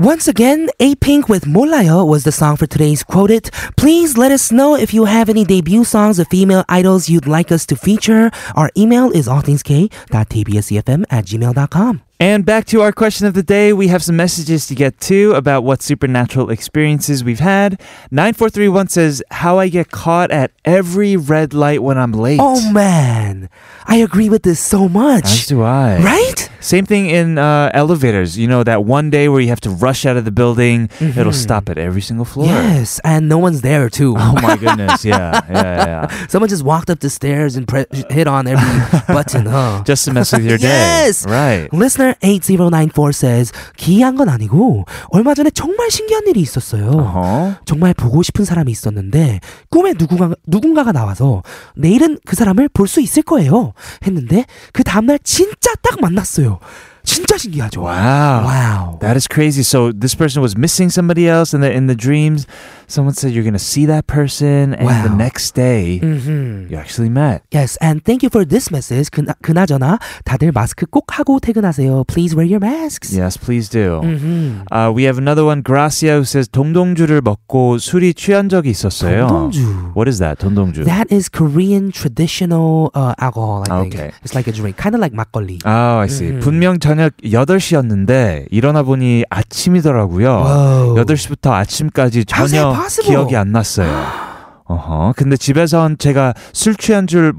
[SPEAKER 1] Once again, A Pink with Molayo was the song for today's quoted. Please let us know if you have any debut songs of female idols you'd like us to feature. Our email is allthingsk.tbscfm at gmail.com.
[SPEAKER 2] And back to our question of the day. We have some messages to get to about what supernatural experiences we've had. 9431 says, How I get caught at every red light when I'm late.
[SPEAKER 1] Oh man, I agree with this so much.
[SPEAKER 2] As do I.
[SPEAKER 1] Right?
[SPEAKER 2] Same thing in uh, elevators. You know, that one day where you have to rush out of the building, it'll stop at every single floor.
[SPEAKER 1] Mm-hmm. Yes, and no one's there too.
[SPEAKER 2] Oh my goodness. Yeah. Yeah. Yeah.
[SPEAKER 1] Someone just walked up the stairs and pre- hit on every button. Huh?
[SPEAKER 2] Just to mess with your day.
[SPEAKER 1] Yes.
[SPEAKER 2] Right.
[SPEAKER 1] Listener 8094 says 기이한 건 아니고 얼마 전에 정말 신기한 일이 있었어요.
[SPEAKER 2] Uh-huh.
[SPEAKER 1] 정말 보고 싶은 사람이 있었는데 꿈에 누군가, 누군가가 나와서 내일은 그 사람을 볼 수 있을 거예요 했는데 그 다음날 진짜 딱 만났어요. 진짜 신기하죠.
[SPEAKER 2] Wow.
[SPEAKER 1] 와우. 네.
[SPEAKER 2] That is crazy. So this person was missing somebody else, and then in the dreams, someone said you're gonna see that person, and the
[SPEAKER 1] Wow.
[SPEAKER 2] next day
[SPEAKER 1] Mm.
[SPEAKER 2] you actually met.
[SPEAKER 1] Yes, and thank you for this message. 그나, 그나저나 다들 마스크 꼭 하고 퇴근하세요. Please wear your masks.
[SPEAKER 2] Yes, please do. Uh, we have another one, Gracia, who says 동동주를 먹고 술이 취한 적이 있었어요.
[SPEAKER 1] 동동주.
[SPEAKER 2] What is that? 동동주.
[SPEAKER 1] That is Korean traditional uh, alcohol. I think
[SPEAKER 2] Okay.
[SPEAKER 1] it's like a drink, kind of like 막걸리.
[SPEAKER 2] Oh,
[SPEAKER 1] 음.
[SPEAKER 2] I see. 분명 저녁 8시였는데 일어나 보니 아침이더라고요.
[SPEAKER 1] Wow.
[SPEAKER 2] 8시부터 아침까지
[SPEAKER 1] How's that
[SPEAKER 2] 전혀
[SPEAKER 1] possible?
[SPEAKER 2] 기억이 안 났어요. 어허. 근데 집에선 제가 술 취한 줄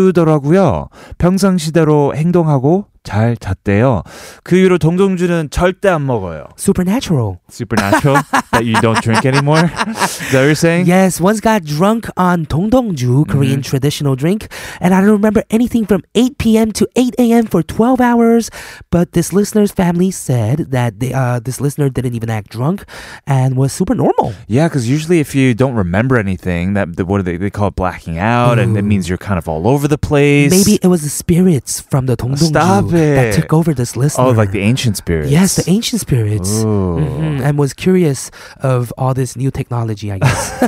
[SPEAKER 2] 모르더라고요. 평상시대로 행동하고 잘 잤대요. 그 이후로 동동주는 절대 안 먹어요.
[SPEAKER 1] Supernatural.
[SPEAKER 2] Supernatural that you don't drink anymore. Is that what you're saying?
[SPEAKER 1] Yes, once got drunk on dongdongju,
[SPEAKER 2] Mm-hmm.
[SPEAKER 1] Korean traditional drink, and I don't remember anything from 8 p.m. to 8 a.m. for 12 hours. But this listener's family said that they, uh, this listener didn't even act drunk and was super normal.
[SPEAKER 2] Yeah, because usually if you don't remember anything, that the, what do they, they call it blacking out, and it means you're kind of all over the place.
[SPEAKER 1] Maybe it was the spirits from the dongdongju
[SPEAKER 2] Stop
[SPEAKER 1] that
[SPEAKER 2] it.
[SPEAKER 1] took over this listener.
[SPEAKER 2] Oh, like the ancient spirits.
[SPEAKER 1] Yes, the ancient spirits.
[SPEAKER 2] Mm-hmm.
[SPEAKER 1] Mhm, And was curious of all this new technology, I guess.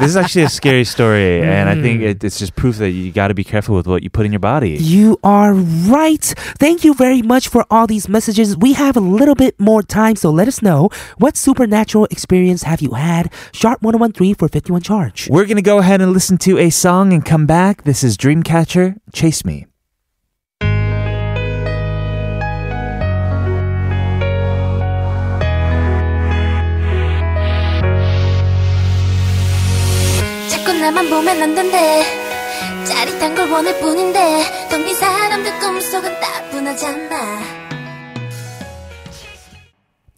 [SPEAKER 2] This is actually a scary story, and I think it, it's just proof that you got to be careful with what you put in your body.
[SPEAKER 1] you are right. Thank you very much for all these messages. We have a little bit more time, so let us know what supernatural experience have you had? Sharp 1013 for 51 charge.
[SPEAKER 2] We're gonna go ahead and listen to a song and come back. This is Dreamcatcher, Chase Me.
[SPEAKER 8] 자꾸 나만 보면 안 된대 짜릿한 걸 원할 뿐인데 덤빈 사람들 꿈속은 따분하잖아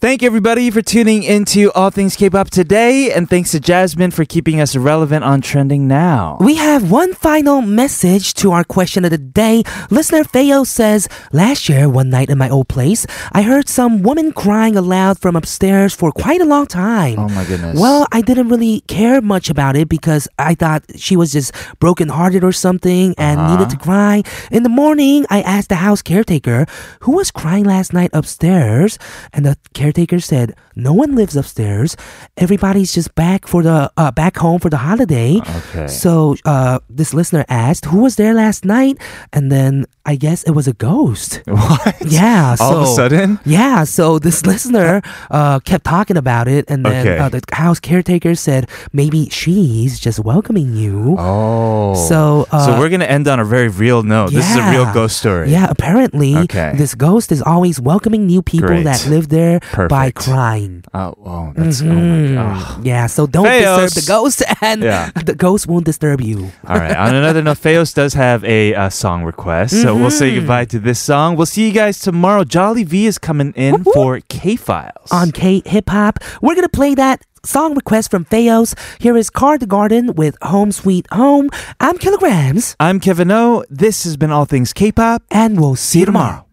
[SPEAKER 2] Thank everybody for tuning into All Things K-pop today, and thanks to Jasmine for keeping us relevant on trending now.
[SPEAKER 1] We have one final message to our question of the day. Listener Feo says, Last year, one night in my old place, I heard some woman crying aloud from upstairs for quite a long time.
[SPEAKER 2] Oh my goodness.
[SPEAKER 1] Well, I didn't really care much about it because I thought she was just brokenhearted or something and
[SPEAKER 2] Uh-huh.
[SPEAKER 1] needed to cry. In the morning, I asked the house caretaker who was crying last night upstairs, and the caretaker said, "No one lives upstairs. Everybody's just back for the uh, back home for the holiday."
[SPEAKER 2] Okay.
[SPEAKER 1] So uh, this listener asked, "Who was there last night?" And then I guess it was a ghost.
[SPEAKER 2] what?
[SPEAKER 1] Yeah.
[SPEAKER 2] All of a
[SPEAKER 1] so-
[SPEAKER 2] sudden?
[SPEAKER 1] yeah, so this listener uh, kept talking about it, and then
[SPEAKER 2] Okay.
[SPEAKER 1] uh, the house caretaker said maybe she's just welcoming you.
[SPEAKER 2] Oh.
[SPEAKER 1] So, uh,
[SPEAKER 2] so we're gonna end on a very real note. This is a real
[SPEAKER 1] yeah.
[SPEAKER 2] ghost story.
[SPEAKER 1] Yeah, apparently
[SPEAKER 2] Okay.
[SPEAKER 1] this ghost is always welcoming new people
[SPEAKER 2] Great.
[SPEAKER 1] that live there by
[SPEAKER 2] Perfect.
[SPEAKER 1] crying.
[SPEAKER 2] Oh, oh that's oh my
[SPEAKER 1] Mm,
[SPEAKER 2] god.
[SPEAKER 1] yeah, so don't
[SPEAKER 2] Theos.
[SPEAKER 1] disturb the ghost, and
[SPEAKER 2] Yeah.
[SPEAKER 1] the ghost won't disturb you.
[SPEAKER 2] All right. On another note, Feos does have a uh, song request, so we'll
[SPEAKER 1] Mm-hmm.
[SPEAKER 2] say goodbye to this song. We'll see you guys tomorrow. Jolly V is coming in for K Files.
[SPEAKER 1] On K Hip Hop, we're gonna play that song request from Theos. Here is Card Garden with Home Sweet Home. I'm Kilograms,
[SPEAKER 2] I'm Kevin O. This has been All Things K-pop.
[SPEAKER 1] and we'll see you tomorrow.